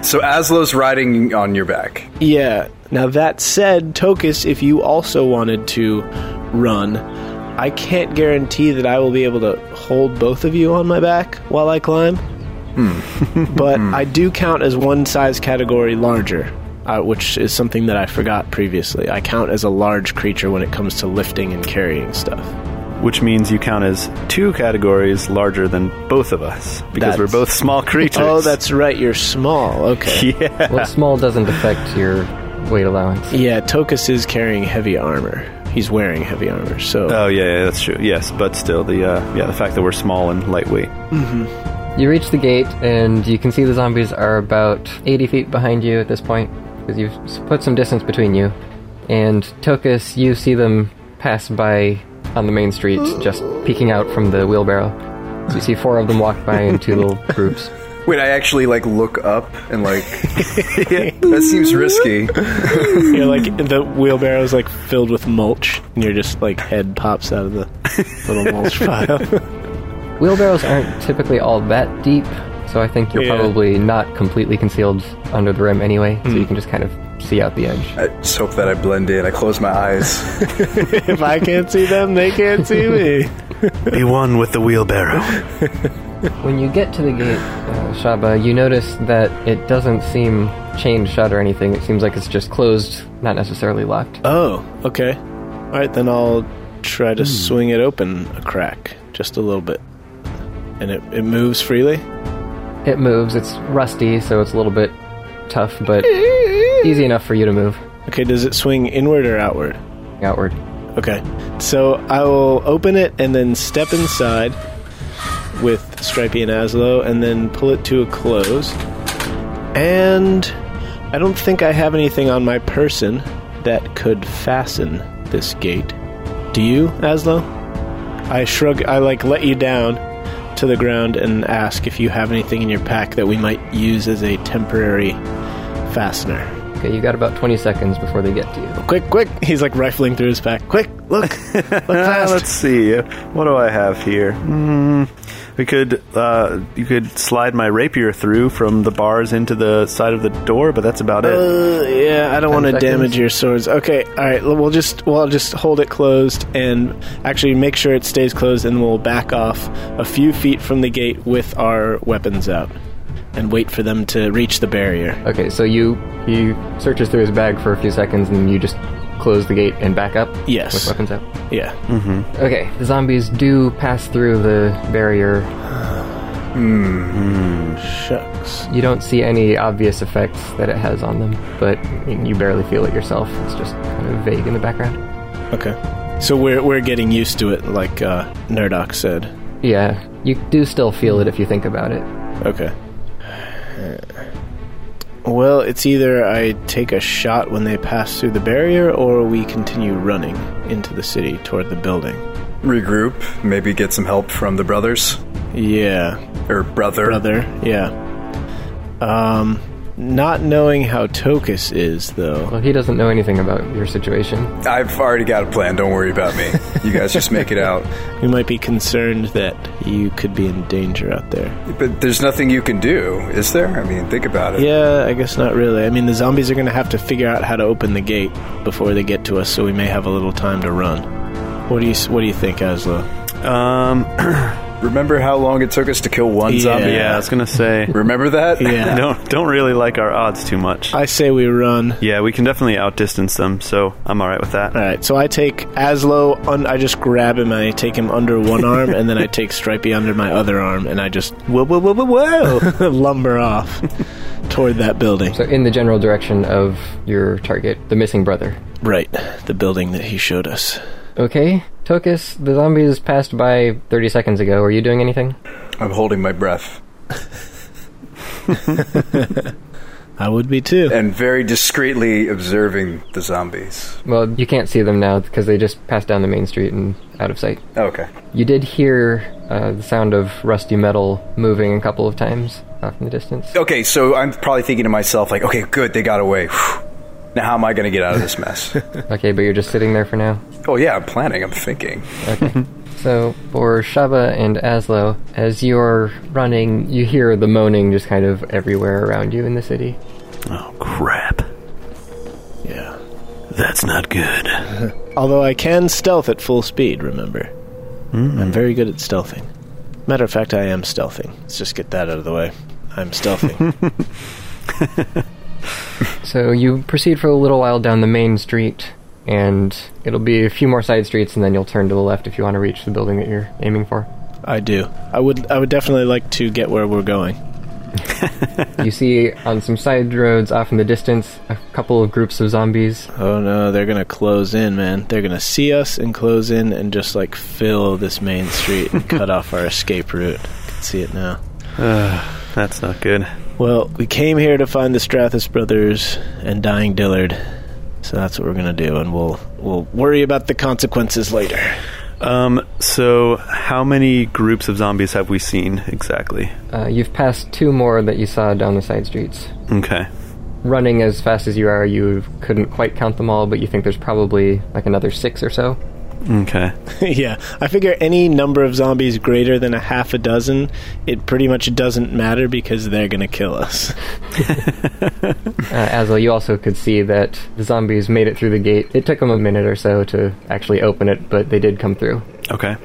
Speaker 5: <laughs> so Asla's riding on your back.
Speaker 4: Yeah. Now that said, Tokus, if you also wanted to run, I can't guarantee that I will be able to hold both of you on my back while I climb.
Speaker 6: Hmm. <laughs>
Speaker 4: but I do count as one size category larger, uh, which is something that I forgot previously. I count as a large creature when it comes to lifting and carrying stuff.
Speaker 6: <laughs> which means you count as two categories larger than both of us because
Speaker 4: That's-
Speaker 6: we're both <laughs> small creatures.
Speaker 4: Oh, that's right. You're small. Okay.
Speaker 6: <laughs> yeah.
Speaker 3: Well, small doesn't affect your weight allowance.
Speaker 4: Yeah, Tokus is carrying heavy armor. He's wearing heavy armor, so
Speaker 6: Oh yeah, yeah, that's true. Yes, but still the uh, yeah the fact that we're small and lightweight.
Speaker 3: You reach the gate, and you can see the zombies are about 80 feet behind you at this point, because you've s- put some distance between you. And Tokus, you see them pass by on the main street, just peeking out from the wheelbarrow. So you see four of them walk by in two little groups.
Speaker 5: Wait, I actually like look up and like <laughs> that seems risky.
Speaker 4: You're like the wheelbarrow's like filled with mulch, and you're just like head pops out of the little mulch pile.
Speaker 3: Wheelbarrows aren't typically all that deep, so I think you're
Speaker 4: Yeah.
Speaker 3: probably not completely concealed under the rim anyway, so you can just kind of see out the edge.
Speaker 5: I just hope that I blend in. I close my eyes.
Speaker 4: if I can't see them, they can't see me.
Speaker 6: Be one with the <laughs> wheelbarrow.
Speaker 3: When you get to the gate, uh, Shaba, you notice that it doesn't seem chain shut or anything. It seems like it's just closed, not necessarily locked.
Speaker 4: Oh, okay. All right, then I'll try to swing it open a crack, just a little bit, and it, it moves freely.
Speaker 3: It moves. It's rusty, so it's a little bit tough, but easy enough for you to move
Speaker 4: Okay, does it swing inward or outward?
Speaker 3: outward.
Speaker 4: Okay, so I will open it and then step inside with Stripey and Aslo, and then pull it to a close. And I don't think I have anything on my person that could fasten this gate. Do you, Aslo? I shrug. I like let you down to the ground and ask if you have anything in your pack that we might use as a temporary fastener.
Speaker 3: Okay, you got about 20 seconds before they get to you.
Speaker 4: Quick, quick! He's like rifling through his pack. Quick, look, look
Speaker 6: <laughs> Ah,
Speaker 4: fast.
Speaker 6: let's see. What do I have here? Mm, we could uh, you could slide my rapier through from the bars into the side of the door, but that's about it.
Speaker 4: Uh, yeah, I don't want to
Speaker 3: seconds.
Speaker 4: damage your swords. Okay, all right. l- We'll just we'll just hold it closed and actually make sure it stays closed, and we'll back off a few feet from the gate with our weapons out and wait for them to reach the barrier.
Speaker 3: Okay, so you he searches through his bag for a few seconds, and you just close the gate and back up.
Speaker 4: Yes.
Speaker 3: with weapons out.
Speaker 4: Yeah.
Speaker 3: Okay, the zombies do pass through the barrier
Speaker 4: Shucks.
Speaker 3: You don't see any obvious effects that it has on them, but you barely feel it yourself. It's just kind of vague in the background.
Speaker 4: Okay. So we're we're getting used to it, like uh, Nerdoc said.
Speaker 3: Yeah, you do still feel it if you think about it.
Speaker 4: Okay. Uh, Well, it's either I take a shot when they pass through the barrier, or we continue running into the city toward the building.
Speaker 5: Regroup. Maybe get some help from the brothers
Speaker 4: Yeah,
Speaker 5: or brother.
Speaker 4: brother. Yeah. Um, not knowing how Tokus is, though.
Speaker 3: Well, he doesn't know anything about your situation.
Speaker 5: I've already got a plan. Don't worry about me. You guys just make it out.
Speaker 4: We might be concerned that you could be in danger out there.
Speaker 5: But there's nothing you can do, is there? I mean, think about it.
Speaker 4: Yeah, I guess not really. I mean, the zombies are going to have to figure out how to open the gate before they get to us, so we may have a little time to run. What do you What do you think, Aslo?
Speaker 6: Um, <clears throat>
Speaker 5: Remember how long it took us to kill one
Speaker 4: Yeah.
Speaker 5: zombie?
Speaker 6: yeah, I was gonna <laughs> say.
Speaker 5: Remember that?
Speaker 4: Yeah.
Speaker 6: don't don't really like our odds too much.
Speaker 4: I say we run.
Speaker 6: yeah, we can definitely outdistance them, so I'm all right with that.
Speaker 4: All right, so I take Aslo. Un- I just grab him and I take him under one arm, and then I take Stripey under my other arm, and I just
Speaker 6: Whoa, whoa, whoa, whoa, whoa!
Speaker 4: <laughs> lumber off toward that building.
Speaker 3: So, in the general direction of your target, the missing brother.
Speaker 4: Right, the building that he showed us.
Speaker 3: Okay, Tokus, the zombies passed by 30 seconds ago. Are you doing anything?
Speaker 5: <laughs> I'm holding my breath
Speaker 4: I would be too.
Speaker 5: and very discreetly observing the zombies.
Speaker 3: Well, you can't see them now because they just passed down the main street and out of sight.
Speaker 5: Okay.
Speaker 3: You did hear uh, the sound of rusty metal moving a couple of times off in the distance.
Speaker 5: Okay, so I'm probably thinking to myself, like, okay, good, they got away. Whew. Now, how am I going to get out of
Speaker 4: <laughs>
Speaker 5: this mess?
Speaker 3: Okay, but you're just sitting there for now.
Speaker 5: oh, yeah, I'm planning, I'm thinking.
Speaker 3: So for Shaba and Aslo, as you're running, you hear the moaning just kind of everywhere around you in the city.
Speaker 6: oh crap!
Speaker 4: Yeah.
Speaker 6: That's not good.
Speaker 4: Although I can stealth at full speed, remember? I'm very good at stealthing. Matter of fact, I am stealthing. Let's just get that out of the way. I'm stealthing.
Speaker 3: So you proceed for a little while down the main street, and it'll be a few more side streets, and then you'll turn to the left if you want to reach the building that you're aiming for.
Speaker 4: I do. I would. I would definitely like to get where we're going.
Speaker 3: you see on some side roads off in the distance a couple of groups of zombies.
Speaker 4: Oh no, they're gonna close in, man. They're gonna see us and close in and just like fill this main street and cut off our escape route. I can see it now.
Speaker 6: That's not good.
Speaker 4: Well, we came here to find the Strathis brothers and dying Dillard. So that's what we're gonna do, and we'll we'll worry about the consequences later.
Speaker 6: Um, So, how many groups of zombies have we seen exactly?
Speaker 3: Uh, you've passed two more that you saw down the side streets.
Speaker 6: Okay.
Speaker 3: Running as fast as you are, you couldn't quite count them all, but you think there's probably like another six or so.
Speaker 6: Okay.
Speaker 4: <laughs> yeah, I figure any number of zombies greater than a half a dozen, it pretty much doesn't matter because they're gonna kill us. <laughs>
Speaker 3: Uh, Azla, you also could see that the zombies made it through the gate. It took them a minute or so to actually open it, but they did come through.
Speaker 6: Okay.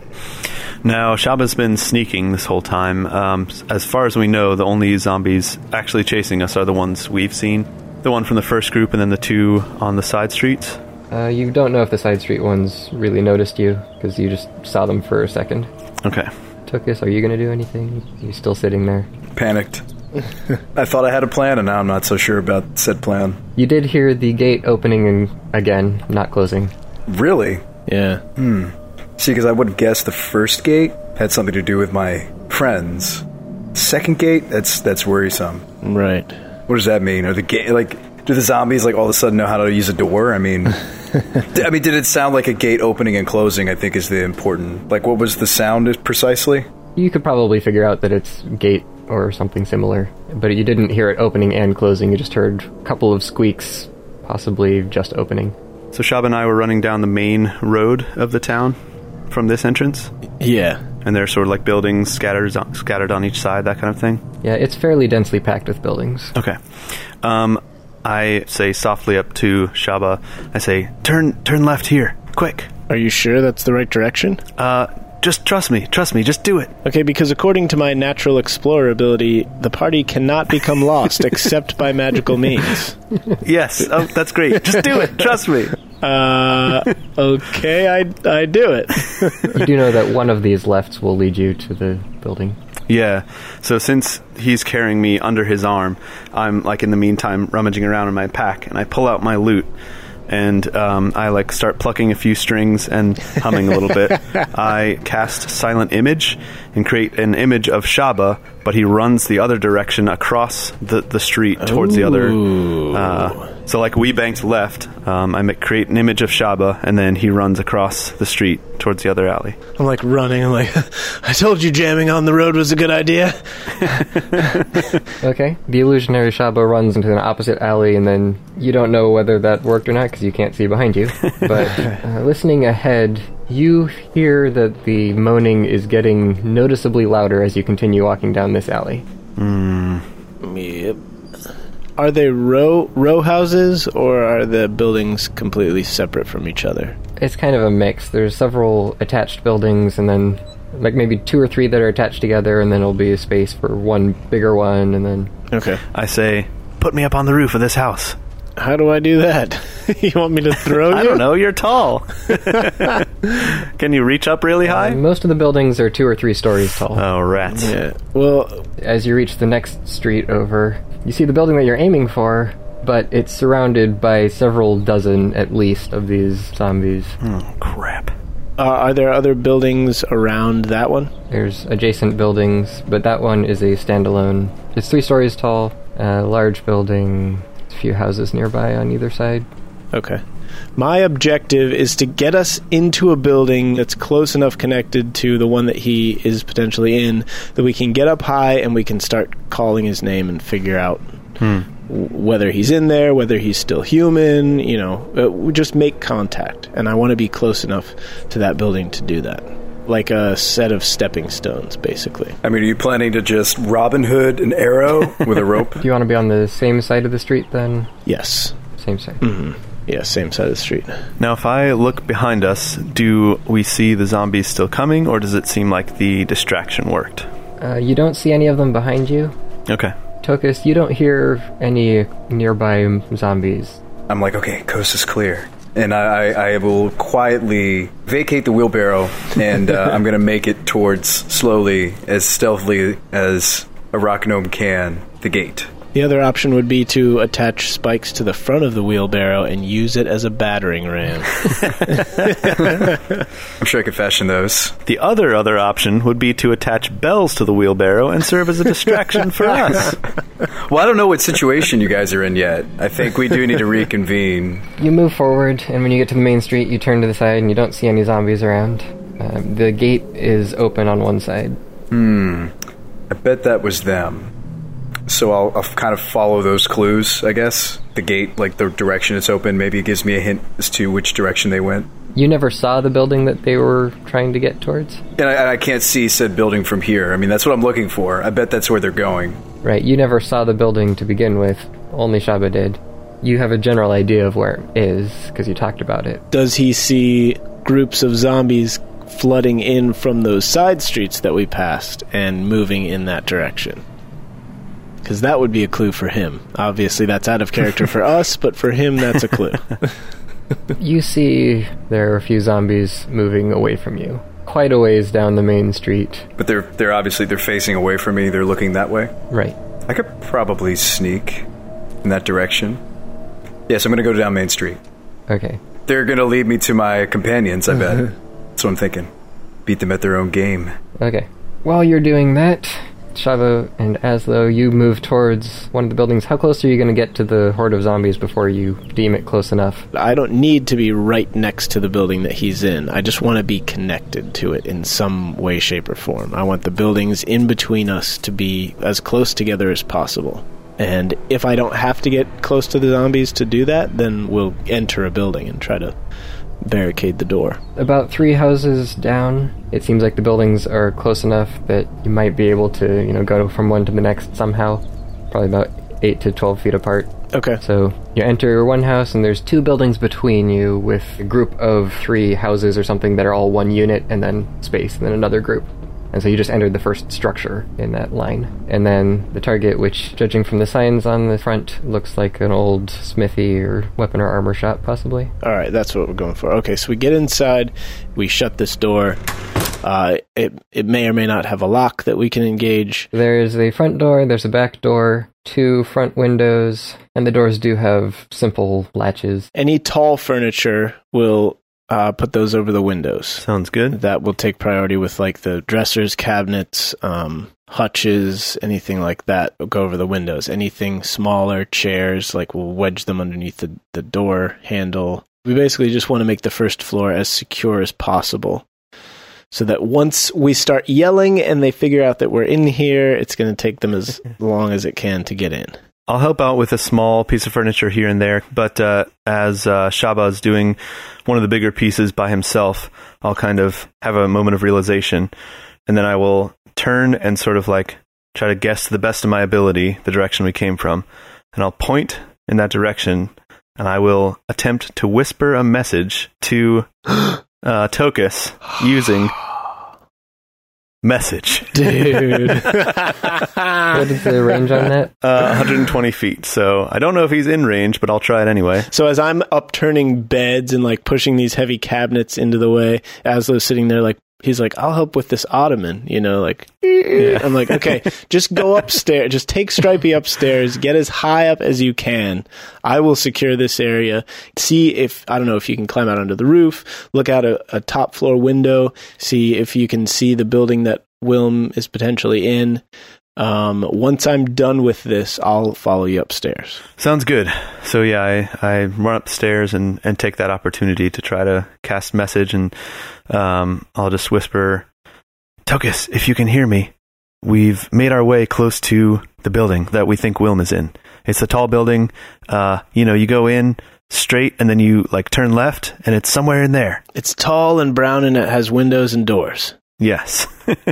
Speaker 6: Now, Shaba's been sneaking this whole time. Um, s- as far as we know, the only zombies actually chasing us are the ones we've seen. The one from the first group and then the two on the side streets.
Speaker 3: Uh, you don't know if the side street ones really noticed you because you just saw them for a second.
Speaker 6: Okay.
Speaker 3: Tokus, are you gonna do anything? You still sitting there?
Speaker 4: <laughs>
Speaker 5: Panicked. I thought I had a plan, and now I'm not so sure about said plan.
Speaker 3: You did hear the gate opening and again, not closing.
Speaker 5: Really?
Speaker 4: yeah.
Speaker 5: See, because I would have guessed the first gate had something to do with my friends. Second gate, that's that's worrisome.
Speaker 4: Right.
Speaker 5: What does that mean? Are the gate like do the zombies like all of a sudden know how to use a door? I mean, d- I mean, did it sound like a gate opening and closing? I think is the important. Like, what was the sound precisely?
Speaker 3: You could probably figure out that it's gate or something similar, but you didn't hear it opening and closing. You just heard a couple of squeaks, possibly just opening.
Speaker 6: So, Shaba and I were running down the main road of the town from this entrance,
Speaker 4: Yeah.
Speaker 6: and there are sort of like buildings scattered, on- scattered on each side, that kind of thing.
Speaker 3: Yeah, it's fairly densely packed with buildings.
Speaker 6: Okay. Um, I say softly up to Shaba. I say, "Turn, turn left here, quick."
Speaker 4: Are you sure that's the right direction?
Speaker 6: Uh, just trust me, trust me, just do it.
Speaker 4: Okay, because according to my natural explorer ability, the party cannot become <laughs> lost except by magical means.
Speaker 6: Yes, oh, that's great. Just do it. Trust me.
Speaker 4: Uh, okay, I, I do it.
Speaker 3: You do know that one of these lefts will lead you to the building.
Speaker 6: Yeah. So since he's carrying me under his arm, I'm like in the meantime rummaging around in my pack, and I pull out my loot, and um, I like start plucking a few strings and humming a little bit. I cast silent image and create an image of Shaba, but he runs the other direction across the the street towards the other. Uh, so like we banked left, um, I make, create an image of Shaba, and then he runs across the street towards the other alley.
Speaker 4: I'm like running. I'm like, <laughs> I told you jamming on the road was a good idea.
Speaker 3: Okay. The illusionary Shaba runs into an opposite alley, and then you don't know whether that worked or not because you can't see behind you. But uh, listening ahead, you hear that the moaning is getting noticeably louder as you continue walking down this alley.
Speaker 4: Yep. Are they row row houses or are the buildings completely separate from each other?
Speaker 3: It's kind of a mix. There's several attached buildings, and then like maybe two or three that are attached together, and then it'll be a space for one bigger one, and then
Speaker 4: Okay.
Speaker 6: I say, "Put me up on the roof of this house."
Speaker 4: How do I do that? <laughs> you want me to <laughs> throw
Speaker 6: I
Speaker 4: you?
Speaker 6: don't know. You're tall. Can you reach up really high?
Speaker 3: most of the buildings are two or three stories tall.
Speaker 6: Oh, rats.
Speaker 4: Yeah. Well,
Speaker 3: as you reach the next street over, you see the building that you're aiming for, but it's surrounded by several dozen at least of these zombies.
Speaker 6: Oh, crap.
Speaker 4: uh, are there other buildings around that one?
Speaker 3: There's adjacent buildings, but that one is a standalone. It's three stories tall, a large building, a few houses nearby on either side.
Speaker 4: Okay. My objective is to get us into a building that's close enough connected to the one that he is potentially in that we can get up high and we can start calling his name and figure out w- whether he's in there, whether he's still human, you know, uh, we just make contact. And I want to be close enough to that building to do that. Like a set of stepping stones, basically.
Speaker 5: I mean, are you planning to just Robin Hood an arrow with a rope?
Speaker 3: Do you want to be on the same side of the street then?
Speaker 4: Yes.
Speaker 3: Same side.
Speaker 4: Yeah, same side of the street.
Speaker 6: Now, if I look behind us, do we see the zombies still coming, or does it seem like the distraction worked?
Speaker 3: Uh, you don't see any of them behind you.
Speaker 6: Okay.
Speaker 3: Tokus, you don't hear any nearby zombies.
Speaker 5: I'm like, okay, coast is clear. And I, I, I will quietly vacate the wheelbarrow, and uh, I'm going to make it towards slowly, as stealthily as a rock gnome can, the gate.
Speaker 4: The other option would be to attach spikes to the front of the wheelbarrow and use it as a battering ram.
Speaker 5: I'm sure I could fashion those.
Speaker 6: The other other option would be to attach bells to the wheelbarrow and serve as a distraction for us.
Speaker 5: Well, I don't know what situation you guys are in yet. I think we do need to reconvene.
Speaker 3: You move forward, and when you get to the main street, you turn to the side and you don't see any zombies around. Um, the gate is open on one side.
Speaker 5: I bet that was them. So I'll, I'll kind of follow those clues, I guess. The gate, like the direction it's open, maybe it gives me a hint as to which direction they went.
Speaker 3: You never saw the building that they were trying to get towards?
Speaker 5: And I, and I can't see said building from here. I mean, that's what I'm looking for. I bet that's where they're going.
Speaker 3: Right, you never saw the building to begin with, only Shaba did. You have a general idea of where it is, because you talked about it.
Speaker 4: Does he see groups of zombies flooding in from those side streets that we passed and moving in that direction? Because that would be a clue for him. Obviously, that's out of character for us, but for him, that's a clue.
Speaker 3: You see there are a few zombies moving away from you, quite a ways down the main street.
Speaker 5: But they're they're obviously they're facing away from me. They're looking that way.
Speaker 3: Right.
Speaker 5: I could probably sneak in that direction. Yes, I'm going to go down Main Street.
Speaker 3: Okay.
Speaker 5: They're going to lead me to my companions, I bet. That's what I'm thinking. Beat them at their own game.
Speaker 3: Okay. While you're doing that, Shava and Aslo, you move towards one of the buildings. How close are you going to get to the horde of zombies before you deem it close enough?
Speaker 4: I don't need to be right next to the building that he's in. I just want to be connected to it in some way, shape, or form. I want the buildings in between us to be as close together as possible. And if I don't have to get close to the zombies to do that, then we'll enter a building and try to barricade the door.
Speaker 3: About three houses down, it seems like the buildings are close enough that you might be able to, you know, go from one to the next somehow. Probably about eight to twelve feet apart.
Speaker 4: Okay.
Speaker 3: So you enter one house, and there's two buildings between you, with a group of three houses or something that are all one unit, and then space, and then another group. And so you just entered the first structure in that line. And then the target, which, judging from the signs on the front, looks like an old smithy or weapon or armor shop, possibly.
Speaker 4: All right, that's what we're going for. Okay, so we get inside, we shut this door. Uh, it it may or may not have a lock that we can engage.
Speaker 3: There's a front door, there's a back door, two front windows, and the doors do have simple latches.
Speaker 4: Any tall furniture will uh, put those over the windows.
Speaker 6: Sounds good.
Speaker 4: That will take priority with like the dressers, cabinets, um, hutches, anything like that will go over the windows. Anything smaller, chairs, like we'll wedge them underneath the, the door handle. We basically just want to make the first floor as secure as possible. So that once we start yelling and they figure out that we're in here, it's going to take them as long as it can to get in.
Speaker 6: I'll help out with a small piece of furniture here and there, but uh, as uh, Shaba is doing one of the bigger pieces by himself, I'll kind of have a moment of realization, and then I will turn and sort of like try to guess to the best of my ability the direction we came from, and I'll point in that direction, and I will attempt to whisper a message to uh, Tokus using message
Speaker 4: Dude.
Speaker 3: What is the range on that?
Speaker 6: uh, 120 feet. So I don't know if he's in range, but I'll try it anyway.
Speaker 4: So as I'm upturning beds and like pushing these heavy cabinets into the way, Aslo's sitting there like he's like, I'll help with this ottoman, you know, like I'm like, okay, just go upstairs, just take Stripey upstairs, get as high up as you can. I will secure this area. See if I don't know if you can climb out onto the roof, look out a, a top floor window, see if you can see the building that Wilm is potentially in. Um, once I'm done with this, I'll follow you upstairs.
Speaker 6: Sounds good. So yeah, I, I run upstairs and, and take that opportunity to try to cast message and um, I'll just whisper, Tokus, if you can hear me, we've made our way close to the building that we think Wilm is in. It's a tall building. Uh, you know, you go in straight and then you like turn left and it's somewhere in there.
Speaker 4: It's tall and brown and it has windows and doors.
Speaker 6: Yes. <laughs>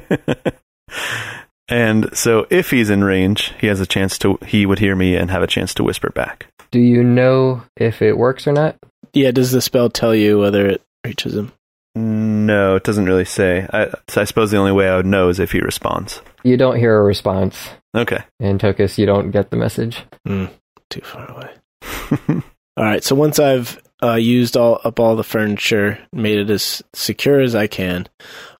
Speaker 6: and so if he's in range, he has a chance to he would hear me and have a chance to whisper back.
Speaker 3: Do you know if it works or not?
Speaker 4: Yeah, does the spell tell you whether it reaches him?
Speaker 6: No, it doesn't really say. I, so I suppose the only way I would know is if he responds.
Speaker 3: You don't hear a response.
Speaker 6: Okay. <laughs>
Speaker 3: And Tokus, you don't get the message.
Speaker 4: Hmm, Too far away. All right, so once I've uh, used all up all the furniture, made it as secure as I can,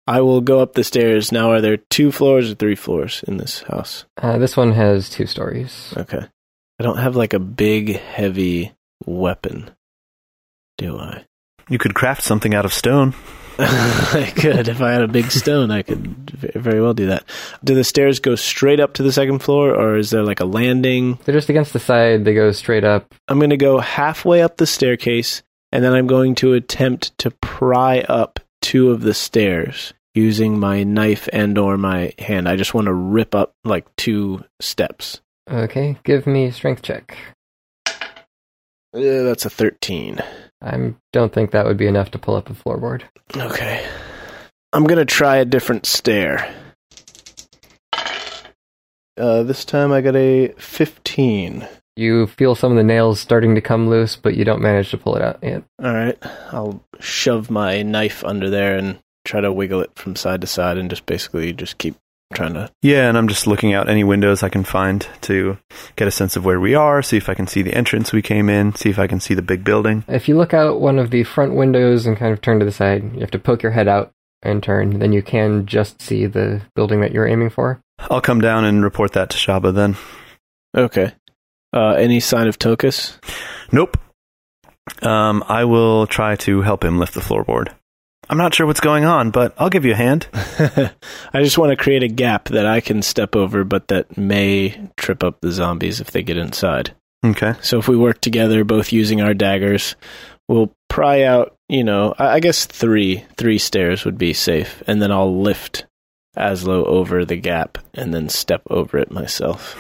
Speaker 4: I will go up the stairs. Now, are there two floors or three floors in this house?
Speaker 3: Uh, this one has two stories.
Speaker 4: Okay. I don't have like a big, heavy weapon, do I?
Speaker 6: you could craft something out of stone.
Speaker 4: <laughs> I could. If I had a big stone, I could v- very well do that. Do the stairs go straight up to the second floor, or is there like a landing?
Speaker 3: They're just against the side. They go straight up.
Speaker 4: I'm going to go halfway up the staircase, and then I'm going to attempt to pry up two of the stairs using my knife and or my hand. I just want to rip up like two steps.
Speaker 3: Okay, give me a strength check.
Speaker 4: Uh, that's a 13.
Speaker 3: I don't think that would be enough to pull up a floorboard.
Speaker 4: Okay. I'm going to try a different stair. Uh, this time I got a 15.
Speaker 3: You feel some of the nails starting to come loose, but you don't manage to pull it out yet.
Speaker 4: All right. I'll shove my knife under there and try to wiggle it from side to side and just basically just keep trying to
Speaker 6: Yeah, and I'm just looking out any windows I can find to get a sense of where we are, see if I can see the entrance we came in, see if I can see the big building.
Speaker 3: If you look out one of the front windows and kind of turn to the side, you have to poke your head out and turn, then you can just see the building that you're aiming for.
Speaker 6: I'll come down and report that to Shaba then.
Speaker 4: Okay. Uh, any sign of Tokus?
Speaker 6: Nope. Um, I will try to help him lift the floorboard. I'm not sure what's going on, but I'll give you a hand.
Speaker 4: I just want to create a gap that I can step over, but that may trip up the zombies if they get inside.
Speaker 6: Okay.
Speaker 4: So if we work together, both using our daggers, we'll pry out. You know, I, I guess three three stairs would be safe, and then I'll lift Aslo over the gap and then step over it myself.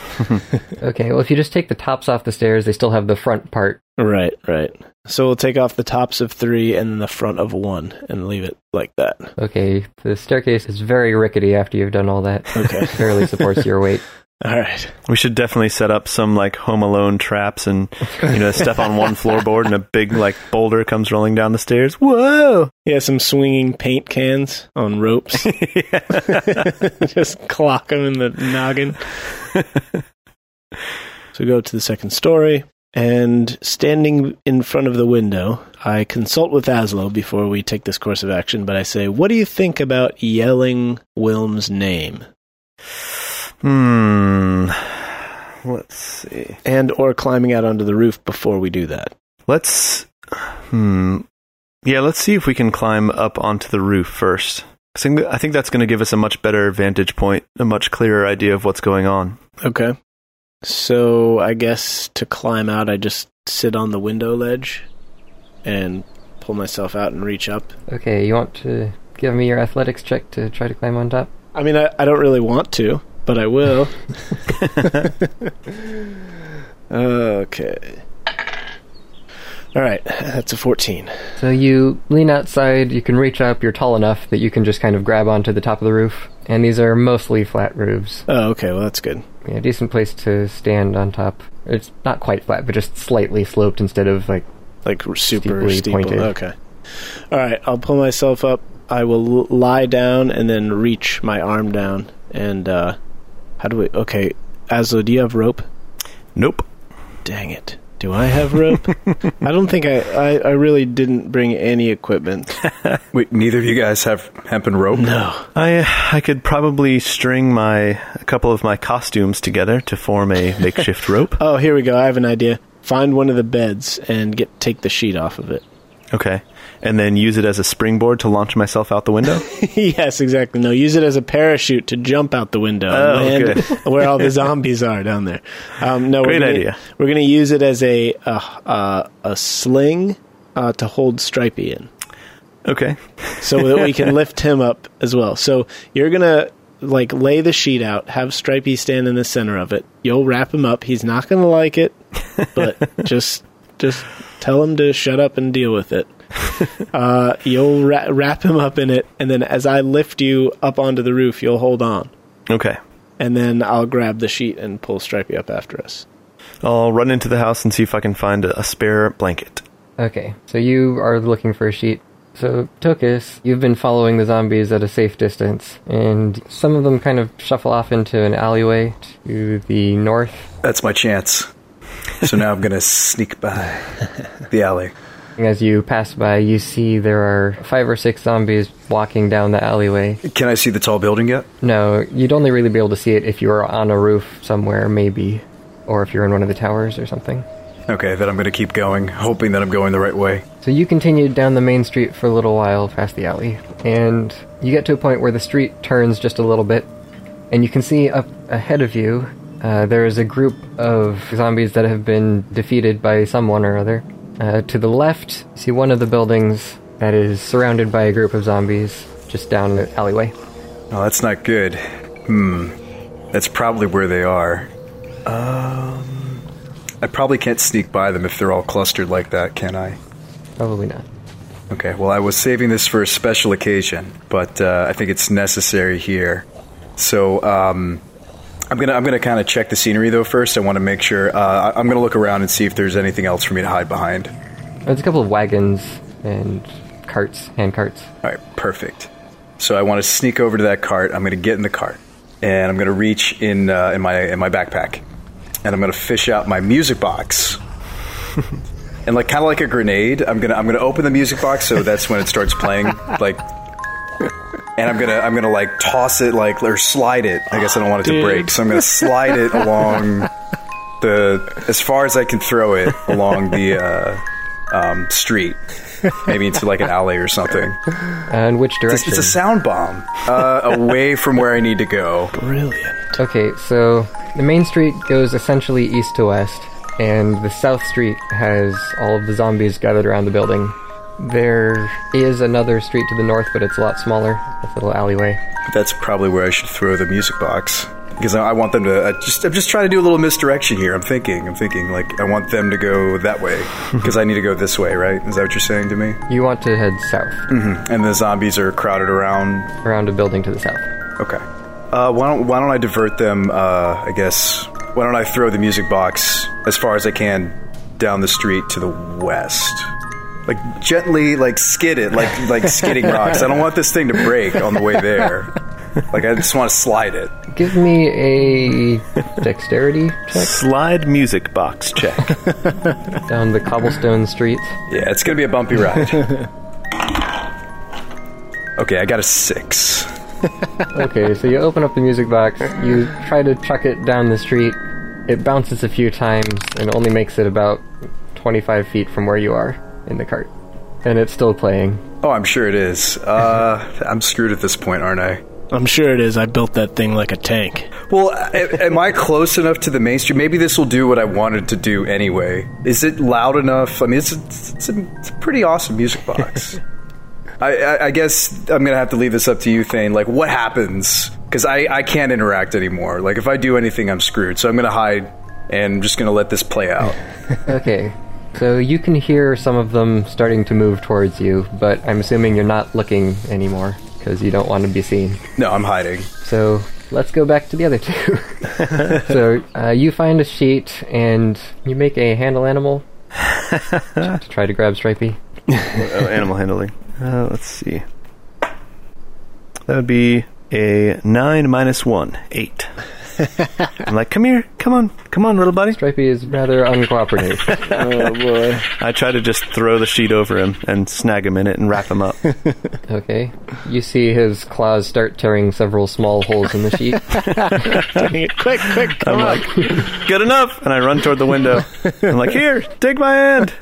Speaker 3: Okay, well, if you just take the tops off the stairs, they still have the front part.
Speaker 4: Right, right. So we'll take off the tops of three and the front of one and leave it like that.
Speaker 3: Okay, the staircase is very rickety after you've done all that.
Speaker 4: Okay.
Speaker 3: It barely supports your weight.
Speaker 4: All right.
Speaker 6: We should definitely set up some like Home Alone traps and you know step on one floorboard and a big like boulder comes rolling down the stairs. Whoa!
Speaker 4: Yeah, some swinging paint cans on ropes. <laughs> Just clock them in the noggin. so we go to the second story, and standing in front of the window, I consult with Aslo before we take this course of action. But I say, "What do you think about yelling Wilm's name
Speaker 6: Hmm. Let's see.
Speaker 4: and or climbing out onto the roof before we do that?"
Speaker 6: Let's. Hmm. Yeah, let's see if we can climb up onto the roof first. I think- I think that's going to give us a much better vantage point, a much clearer idea of what's going on.
Speaker 4: Okay. So I guess to climb out, I just sit on the window ledge and pull myself out and reach up.
Speaker 3: Okay, you want to give me your athletics check to try to climb on top?
Speaker 4: I mean, I, I don't really want to, but I will. <laughs> okay. All right, that's a 14.
Speaker 3: So you lean outside, you can reach up, you're tall enough that you can just kind of grab onto the top of the roof. And these are mostly flat roofs.
Speaker 4: Oh, okay, well, that's good.
Speaker 3: Yeah, decent place to stand on top. It's not quite flat, but just slightly sloped instead of like
Speaker 4: Like r- super
Speaker 3: Steeply
Speaker 4: steep.
Speaker 3: pointed.
Speaker 4: Okay. All right, I'll pull myself up. I will l- lie down and then reach my arm down. And, uh, how do we. Okay, Aslo, do you have rope?
Speaker 6: Nope.
Speaker 4: Dang it. Do I have
Speaker 3: <laughs>
Speaker 4: rope? I don't think I, I. I really didn't bring any equipment.
Speaker 3: <laughs>
Speaker 5: Wait, neither of you guys have hemp and rope?
Speaker 4: No.
Speaker 6: I I could probably string my a couple of my costumes together to form a makeshift rope.
Speaker 4: Oh, here we go. I have an idea. Find one of the beds and get take the sheet off of it.
Speaker 6: Okay. And then use it as a springboard to launch myself out the window.
Speaker 4: <laughs> yes, exactly. No, use it as a parachute to jump out the window
Speaker 6: Oh,
Speaker 4: and land
Speaker 6: good.
Speaker 4: <laughs> where
Speaker 6: <laughs>
Speaker 4: all the zombies are down there. Um, no,
Speaker 6: Great
Speaker 4: we're gonna,
Speaker 6: idea.
Speaker 4: We're going to use it as a uh, uh, a sling uh, to hold Stripey in,
Speaker 6: okay.
Speaker 4: so that we
Speaker 6: <laughs>
Speaker 4: can lift him up as well. So you're gonna like lay the sheet out, have Stripey stand in the center of it. You'll wrap him up. He's not going to like it,
Speaker 6: <laughs>
Speaker 4: but just just tell him to shut up and deal with <laughs> it. Uh, you'll ra- wrap him up in it, and then as I lift you up onto the roof, you'll hold on,
Speaker 6: Okay.
Speaker 4: and then I'll grab the sheet and pull Stripey up after us.
Speaker 6: I'll run into the house and see if I can find a, a spare blanket.
Speaker 3: Okay, so you are looking for a sheet. So, Tokus, you've been following the zombies at a safe distance, and some of them kind of shuffle off into an alleyway to the north.
Speaker 5: That's my chance. So now I'm going to sneak by the alley.
Speaker 3: And As you pass by, you see there are five or six zombies walking down the alleyway.
Speaker 5: Can I see the tall building yet?
Speaker 3: No, you'd only really be able to see it if you were on a roof somewhere, maybe, or if you're in one of the towers or something.
Speaker 5: Okay, then I'm going to keep going, hoping that I'm going the right way.
Speaker 3: So you continued down the main street for a little while past the alley, and you get to a point where the street turns just a little bit, and you can see up ahead of you uh, there is a group of zombies that have been defeated by someone or other. Uh, to the left, you see one of the buildings that is surrounded by a group of zombies just down the alleyway.
Speaker 5: Oh, that's not good. Hmm. That's probably where they are. Um. I probably can't sneak by them if they're all clustered like that, can I?
Speaker 3: Probably not.
Speaker 5: Okay, well, I was saving this for a special occasion, but uh, I think it's necessary here. So, um, I'm gonna I'm gonna kind of check the scenery though first. I want to make sure. Uh, I- I'm gonna look around and see if there's anything else for me to hide behind. All
Speaker 3: There's a couple of wagons and carts, hand carts.
Speaker 5: right, perfect. So I want to sneak over to that cart. I'm gonna get in the cart, and I'm gonna reach in uh, in my in my backpack, and I'm gonna fish out my music box. And like kind of like a grenade, I'm gonna I'm gonna open the music box so that's when it starts playing. Like, and I'm gonna I'm gonna like toss it like or slide it. I guess I don't want it to break, so I'm gonna slide it along the as far as I can throw it along the uh, um, street, maybe into like an alley or something.
Speaker 3: And uh, which
Speaker 5: It's,
Speaker 3: direction?
Speaker 5: it's a sound bomb uh, away from where I need to go.
Speaker 3: Okay, so the main street goes essentially east to west, and the south street has all of the zombies gathered around the building. There is another street to the north, but it's a lot smaller. It's a little alleyway.
Speaker 5: That's probably where I should throw the music box because I I want them to. I just I'm just trying to do a little misdirection here. I'm thinking. I'm thinking like I want them to go that way because I need to go this way, right? Is that what you're saying to me?
Speaker 3: You want to head south,
Speaker 5: And the zombies are crowded around.
Speaker 3: around a building to the south.
Speaker 5: Okay. Uh, why don't Why don't I divert them? Uh, I guess. Why don't I throw the music box as far as I can down the street to the west? Like gently, like skid it, like like skidding rocks. I don't want this thing to break on the way there. Like I just want to slide it.
Speaker 3: Give me a dexterity check
Speaker 6: Slide music box check.
Speaker 3: down the cobblestone streets.
Speaker 5: Yeah, it's gonna be a bumpy ride. okay, I got a six.
Speaker 3: Okay, so you open up the music box, you try to chuck it down the street. It bounces a few times and only makes it about 25 feet from where you are in the cart. And it's still playing.
Speaker 5: Oh, I'm sure it is. Uh, I'm screwed at this point, aren't I?
Speaker 4: I'm sure it is. I built that thing like a tank.
Speaker 5: Well, a- am I close enough to the mainstream? Maybe this will do what I wanted to do anyway. Is it loud enough? I mean, it's a, it's a, it's a pretty awesome music box. I, I, I guess I'm gonna have to leave this up to you, Thane. Like, what happens? Because I, I can't interact anymore. Like, if I do anything, I'm screwed. So I'm gonna hide and I'm just gonna let this play out.
Speaker 3: Okay, so you can hear some of them starting to move towards you, but I'm assuming you're not looking anymore because you don't want to be seen.
Speaker 5: No, I'm hiding.
Speaker 3: So let's go back to the other two. so uh, you find a sheet and you make a handle animal to try to grab Stripey.
Speaker 6: oh, animal handling. Uh, let's see. That would be a nine minus one, eight. I'm like, come here, come on, come on, little buddy.
Speaker 3: Stripey is rather uncooperative.
Speaker 4: Oh boy.
Speaker 6: I try to just throw the sheet over him and snag him in it and wrap him up.
Speaker 3: Okay. You see his claws start tearing several small holes in the sheet.
Speaker 4: <laughs> quick, quick, come on.
Speaker 6: Good enough! And I run toward the window. I'm like, here, take my hand.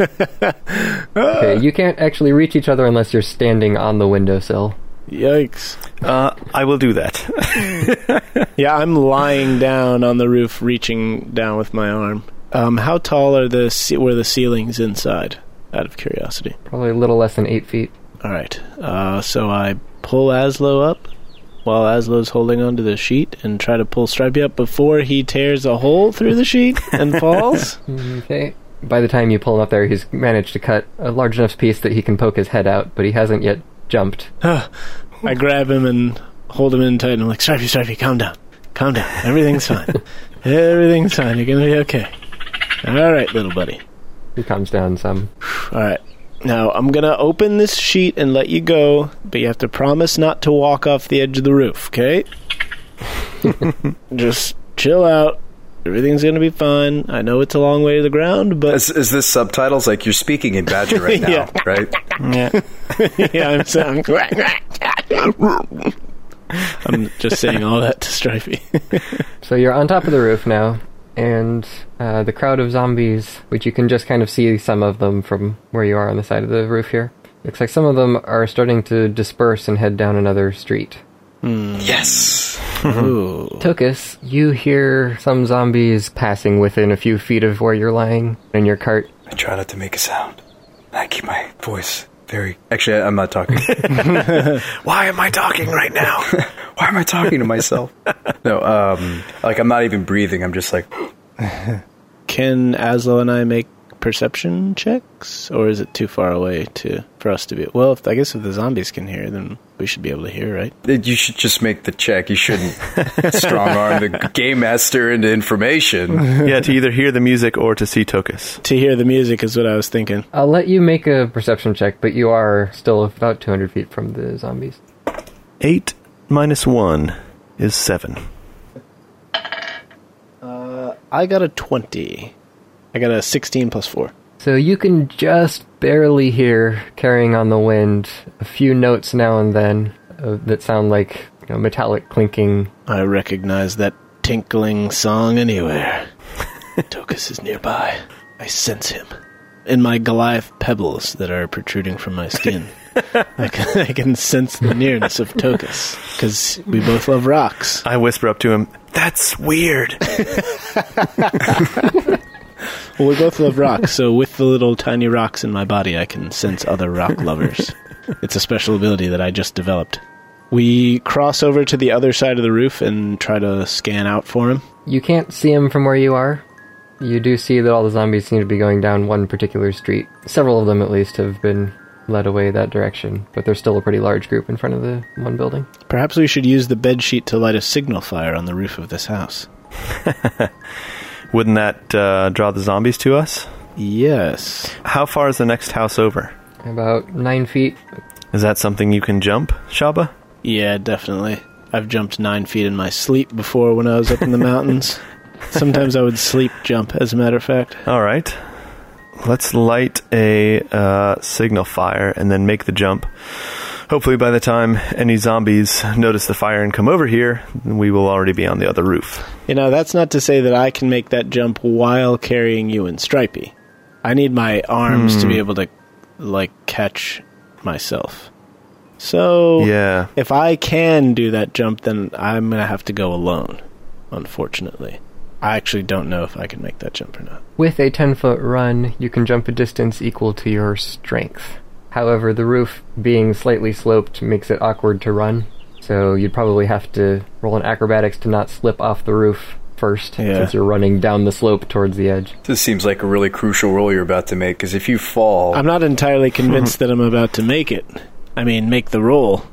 Speaker 3: Okay, you can't actually reach each other unless you're standing on the windowsill.
Speaker 4: Yikes.
Speaker 6: Uh, I will do that.
Speaker 4: Yeah, I'm lying down on the roof, reaching down with my arm. Um, how tall are the ce- were the ceilings inside? Out of curiosity.
Speaker 3: Probably a little less than eight feet.
Speaker 4: All right. Uh, so I pull Aslo up while Aslo's holding onto the sheet and try to pull Stripey up before he tears a hole through the sheet and falls. <sighs>
Speaker 3: Okay. By the time you pull him up there, he's managed to cut a large enough piece that he can poke his head out, but he hasn't yet jumped.
Speaker 4: I grab him and hold him in tight, and I'm like, Stripey, Stripey, calm down. Calm down. Everything's fine. Everything's fine. You're going to be okay. All right, little buddy.
Speaker 3: He calms down some.
Speaker 4: All right. Now, I'm going to open this sheet and let you go, but you have to promise not to walk off the edge of the roof, okay? Just chill out. Everything's going to be fine. I know it's a long way to the ground, but
Speaker 5: Is, is this subtitles? Like you're speaking in Badger right now,
Speaker 4: Yeah.
Speaker 5: right?
Speaker 6: yeah.
Speaker 4: yeah, <laughs> I'm saying. <laughs> I'm just saying all that to Stripey.
Speaker 3: So you're on top of the roof now, and uh, the crowd of zombies, which you can just kind of see some of them from where you are on the side of the roof here, looks like some of them are starting to disperse and head down another street.
Speaker 5: Yes.
Speaker 3: Tokus, you hear some zombies passing within a few feet of where you're lying in your cart.
Speaker 5: I try not to make a sound. I keep my voice very. Actually, I'm not talking. <laughs> Why am I talking right now? <laughs> Why am I talking to <laughs> myself? no, um, like I'm not even breathing. I'm just like
Speaker 4: <laughs> Can Aslo and I make perception checks, or is it too far away to for us to be? Well, if, I guess if the zombies can hear, then we should be able to hear, right?
Speaker 5: you should just make the check. You shouldn't <laughs> strong arm the game master into information.
Speaker 6: <laughs> yeah, to either hear the music or to see Tokus.
Speaker 4: To hear the music is what I was thinking.
Speaker 3: I'll let you make a perception check, but you are still about 200 feet from the zombies.
Speaker 6: Eight minus one is seven.
Speaker 4: I got a twenty. I got a sixteen plus four.
Speaker 3: So you can just barely hear carrying on the wind a few notes now and then uh, that sound like you know, metallic clinking.
Speaker 4: I recognize that tinkling song <laughs> anywhere. Tokus is nearby. I sense him. In my Goliath pebbles that are protruding from my <laughs> skin, I, can, I can sense the nearness of Tokus because we both love rocks.
Speaker 6: I whisper up to him, That's weird.
Speaker 4: Well, we both love rocks, so with the little tiny rocks in my body, I can sense other rock lovers. it's a special ability that I just developed. We cross over to the other side of the roof and try to scan out for him.
Speaker 3: You can't see them from where you are. You do see that all the zombies seem to be going down one particular street. Several of them, at least, have been led away that direction, but there's still a pretty large group in front of the one building.
Speaker 4: Perhaps we should use the bed sheet to light a signal fire on the roof of this house.
Speaker 6: Wouldn't that uh, draw the zombies to us?
Speaker 4: Yes.
Speaker 6: How far is the next house over?
Speaker 3: About nine feet.
Speaker 6: Is that something you can jump, Shaba?
Speaker 4: Yeah, definitely. I've jumped nine feet in my sleep before when I was up in the mountains. Sometimes I would sleep jump, as a matter of fact.
Speaker 6: All right. Let's light a uh, signal fire and then make the jump. Hopefully, by the time any zombies notice the fire and come over here, we will already be on the other roof.
Speaker 4: You know, that's not to say that I can make that jump while carrying you and Stripey. I need my arms to be able to, like, catch myself. So,
Speaker 6: Yeah.
Speaker 4: if I can do that jump, then I'm going to have to go alone, unfortunately. I actually don't know if I can make that jump or not.
Speaker 3: With a 10 foot run, you can jump a distance equal to your strength. However, the roof being slightly sloped makes it awkward to run, so you'd probably have to roll an acrobatics to not slip off the roof first,
Speaker 4: Yeah.
Speaker 3: since you're running down the slope towards the edge.
Speaker 5: This seems like a really crucial role you're about to make because if you fall,
Speaker 4: I'm not entirely convinced that I'm about to make it. I mean, make the roll.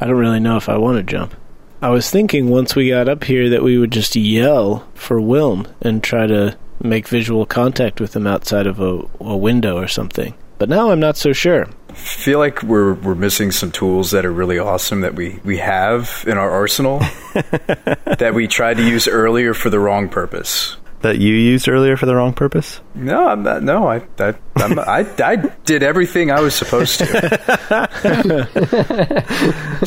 Speaker 4: I don't really know if I want to jump. I was thinking once we got up here that we would just yell for Wilm and try to make visual contact with him outside of a, a window or something. But now I'm not so sure.
Speaker 5: feel like we're we're missing some tools that are really awesome that we we have in our arsenal that we tried to use earlier for the wrong purpose.
Speaker 6: That you used earlier for the wrong purpose?
Speaker 5: No, I'm not. No, I I I'm, I, I did everything I was supposed to.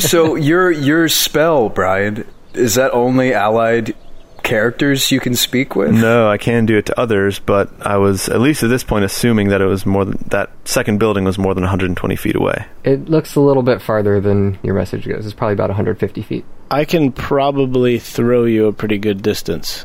Speaker 5: <laughs> so your your spell, Brian, is that only allied characters you can speak with?
Speaker 6: No, I can do it to others, but I was at least at this point assuming that it was more than that second building was more than 120 feet away.
Speaker 3: It looks a little bit farther than your message goes. It's probably about 150 feet.
Speaker 4: I can probably throw you a pretty good distance.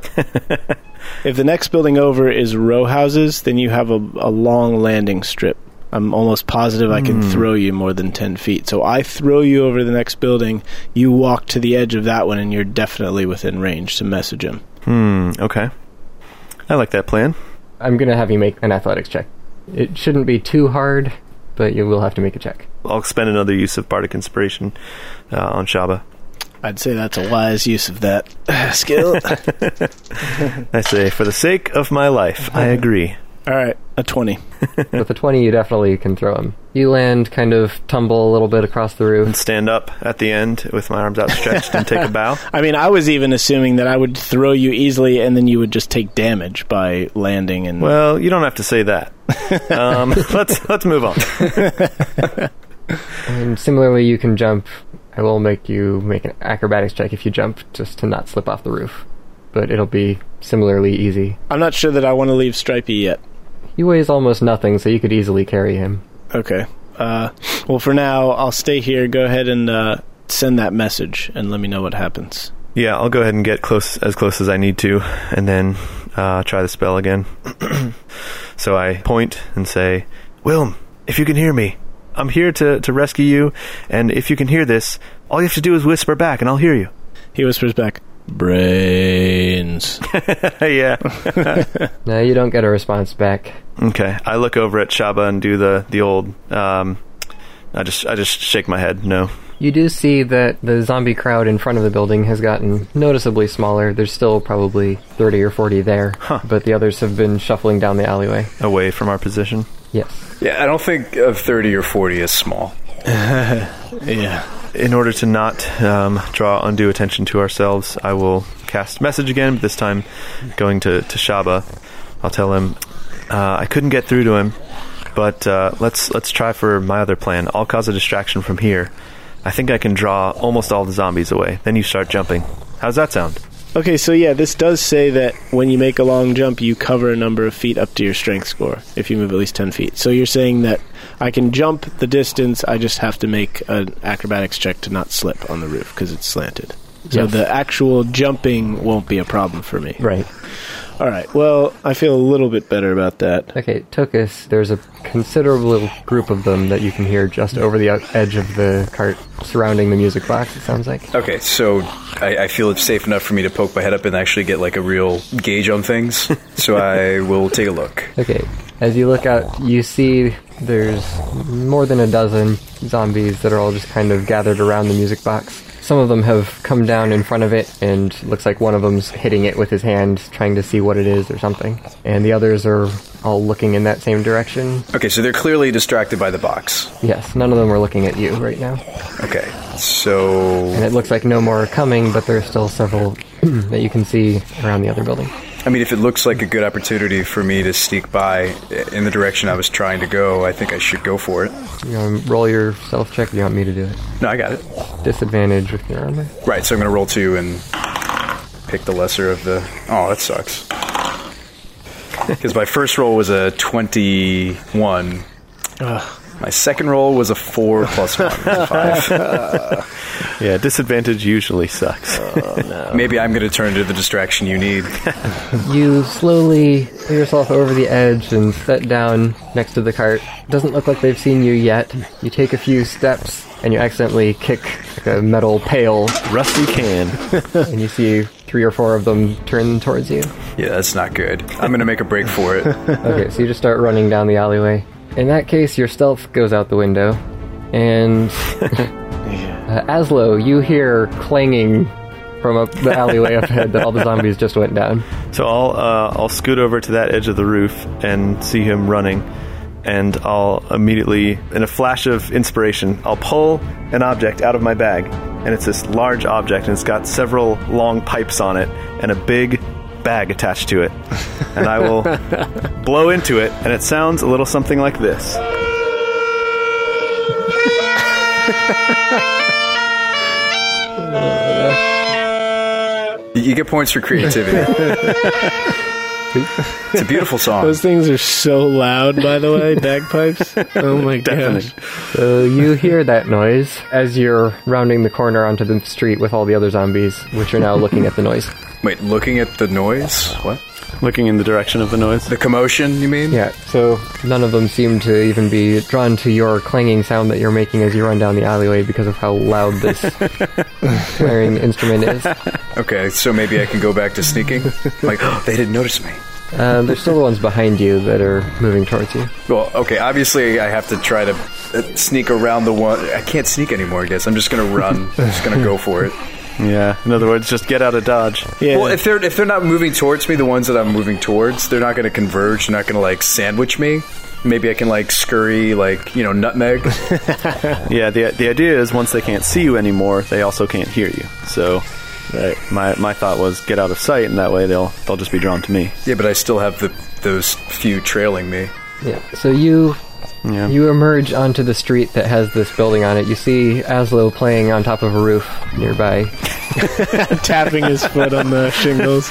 Speaker 4: if the next building over is row houses, then you have a, a long landing strip. I'm almost positive I can throw you more than 10 feet. So I throw you over the next building, you walk to the edge of that one, and you're definitely within range to message him.
Speaker 6: Hmm, okay. I like that plan.
Speaker 3: I'm going to have you make an athletics check. It shouldn't be too hard, but you will have to make a check.
Speaker 6: I'll spend another use of Bardic Inspiration uh, on Shaba.
Speaker 4: I'd say that's a wise use of that <sighs> skill.
Speaker 6: I say, for the sake of my life, I agree.
Speaker 4: All right, a 20.
Speaker 3: With a 20, you definitely can throw him. You land, kind of tumble a little bit across the roof.
Speaker 6: And stand up at the end with my arms outstretched and take a bow.
Speaker 4: I mean, I was even assuming that I would throw you easily and then you would just take damage by landing and
Speaker 6: Well, you don't have to say that. Um, <laughs> let's let's move on.
Speaker 3: And similarly, you can jump. I will make you make an acrobatics check if you jump, just to not slip off the roof. But it'll be similarly easy.
Speaker 4: I'm not sure that I want to leave Stripey yet.
Speaker 3: He weighs almost nothing, so you could easily carry him.
Speaker 4: Okay. Uh, well, for now, I'll stay here. Go ahead and uh, send that message and let me know what happens.
Speaker 6: Yeah, I'll go ahead and get close as close as I need to, and then uh, try the spell <clears throat> again. so I point and say, "Wilm, if you can hear me, I'm here to, to rescue you, and if you can hear this, all you have to do is whisper back, and I'll hear you.
Speaker 4: He whispers back, brains.
Speaker 6: yeah.
Speaker 3: No, you don't get a response back.
Speaker 6: Okay. I look over at Shaba and do the the old. Um, I just I just shake my head. No.
Speaker 3: You do see that the zombie crowd in front of the building has gotten noticeably smaller. There's still probably 30 or 40 there, but the others have been shuffling down the alleyway.
Speaker 6: Away from our position.
Speaker 3: Yes.
Speaker 5: Yeah, I don't think of 30 or 40 as small.
Speaker 4: yeah.
Speaker 6: In order to not um, draw undue attention to ourselves, I will cast message again. But this time, going to to Shaba, I'll tell him uh, I couldn't get through to him, but uh, let's let's try for my other plan. I'll cause a distraction from here. I think I can draw almost all the zombies away. Then you start jumping. How's that sound?
Speaker 4: Okay, so yeah, this does say that when you make a long jump, you cover a number of feet up to your strength score if you move at least 10 feet. So you're saying that I can jump the distance, I just have to make an acrobatics check to not slip on the roof because it's slanted. So
Speaker 3: Yes.
Speaker 4: the actual jumping won't be a problem for me.
Speaker 3: Right.
Speaker 4: All right. Well, I feel a little bit better about that.
Speaker 3: Okay, Tokus, there's a considerable group of them that you can hear just over the out- edge of the cart surrounding the music box, it sounds like.
Speaker 5: Okay, so I, I feel it's safe enough for me to poke my head up and actually get like a real gauge on things. so I will take a look.
Speaker 3: Okay, as you look out, you see there's more than a dozen zombies that are all just kind of gathered around the music box. Some of them have come down in front of it, and looks like one of them's hitting it with his hand, trying to see what it is or something. And the others are all looking in that same direction.
Speaker 5: Okay, so they're clearly distracted by the box.
Speaker 3: Yes, none of them are looking at you right now.
Speaker 5: Okay, so
Speaker 3: And it looks like no more are coming, but there are still several <clears throat> that you can see around the other building.
Speaker 5: I mean, if it looks like a good opportunity for me to sneak by in the direction I was trying to go, I think I should go for it.
Speaker 3: You want to roll your stealth check? Or you want me to do it?
Speaker 5: No, I got it.
Speaker 3: Disadvantage with your armor.
Speaker 5: Right, so I'm going to roll two and pick the lesser of the. Oh, that <laughs> sucks. Because my first roll was a 21. My second roll was a 4 <laughs> plus 1. Five.
Speaker 6: Yeah, disadvantage usually sucks.
Speaker 5: Maybe I'm going to turn to the distraction you <laughs> need.
Speaker 3: You slowly pull yourself over the edge and set down next to the cart. Doesn't look like they've seen you yet. You take a few steps and you accidentally kick like a metal pail,
Speaker 6: <laughs> Rusty can.
Speaker 3: and you see three or four of them turn towards you.
Speaker 5: Yeah, that's not good. I'm going to make a break for it. <laughs>
Speaker 3: Okay, so you just start running down the alleyway. In that case, your stealth goes out the window, and <laughs> uh, Aslo, you hear clanging from up the alleyway up ahead that all the zombies just went down.
Speaker 6: So I'll uh, I'll scoot over to that edge of the roof and see him running, and I'll immediately, in a flash of inspiration, I'll pull an object out of my bag, and it's this large object, and it's got several long pipes on it and a big bag attached to it, and I will blow into it, and it sounds a little something like this.
Speaker 5: You get points for <laughs> creativity. it's a beautiful song.
Speaker 4: Those things are so loud, by the way,
Speaker 5: <laughs>
Speaker 4: bagpipes. Oh my gosh.
Speaker 3: So you hear that noise as you're rounding the corner onto the street with all the other zombies, which are now looking at the noise.
Speaker 5: Wait, looking at the noise? What?
Speaker 6: Looking in the direction of the noise.
Speaker 5: The commotion, you mean?
Speaker 3: Yeah, so none of them seem to even be drawn to your clanging sound that you're making as you run down the alleyway because of how loud <laughs> this blaring instrument is.
Speaker 5: Okay, so maybe I can go back to sneaking? like, <gasps> they didn't notice me.
Speaker 3: Uh, there's still the ones behind you that are moving towards you.
Speaker 5: Well, okay, obviously I have to try to uh, sneak around the one. I can't sneak anymore, I guess. I'm just going to run. I'm just going to go for it.
Speaker 6: Yeah. In other words, just get out of dodge.
Speaker 4: Yeah.
Speaker 5: Well, if they're if they're not moving towards me, the ones that I'm moving towards, they're not going to converge, they're not going to like sandwich me. Maybe I can like scurry like, you know, nutmeg.
Speaker 6: Yeah, the the idea is once they can't see you anymore, they also can't hear you. So, my my thought was get out of sight, and that way they'll they'll just be drawn to me.
Speaker 5: yeah, but I still have the those few trailing me.
Speaker 3: Yeah. So you
Speaker 6: Yeah.
Speaker 3: you emerge onto the street that has this building on it. You see Aslo playing on top of a roof nearby.
Speaker 4: Tapping his foot on the shingles.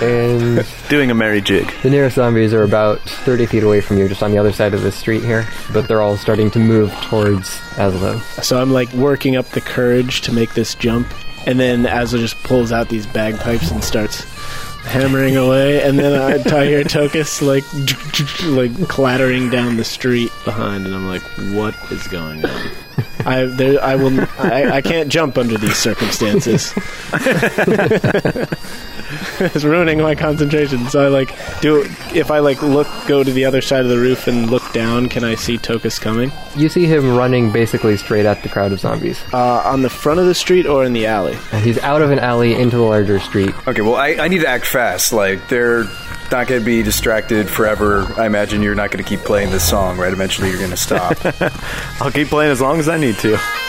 Speaker 3: And
Speaker 6: Doing a merry jig.
Speaker 3: the nearest zombies are about 30 feet away from you, just on the other side of the street here. But they're all starting to move towards Aslo.
Speaker 4: So I'm like working up the courage to make this jump, and then Azla just pulls out these bagpipes and starts hammering away, and then I, I hear Tokus like like clattering down the street behind, and I'm like, what is going on? I there, I will I, I can't jump under these circumstances. <laughs> it's ruining my concentration. So I like do if I like look go to the other side of the roof and look down, can I see Tokus coming?
Speaker 3: You see him running basically straight at the crowd of zombies.
Speaker 4: Uh, on the front of the street or in the alley?
Speaker 3: And he's out of an alley into the larger street.
Speaker 5: Okay, well, I, I need to act fast. Like, they're not going to be distracted forever. I imagine you're not going to keep playing this song, right? Eventually, you're going to stop.
Speaker 6: I'll keep playing as long as I need to.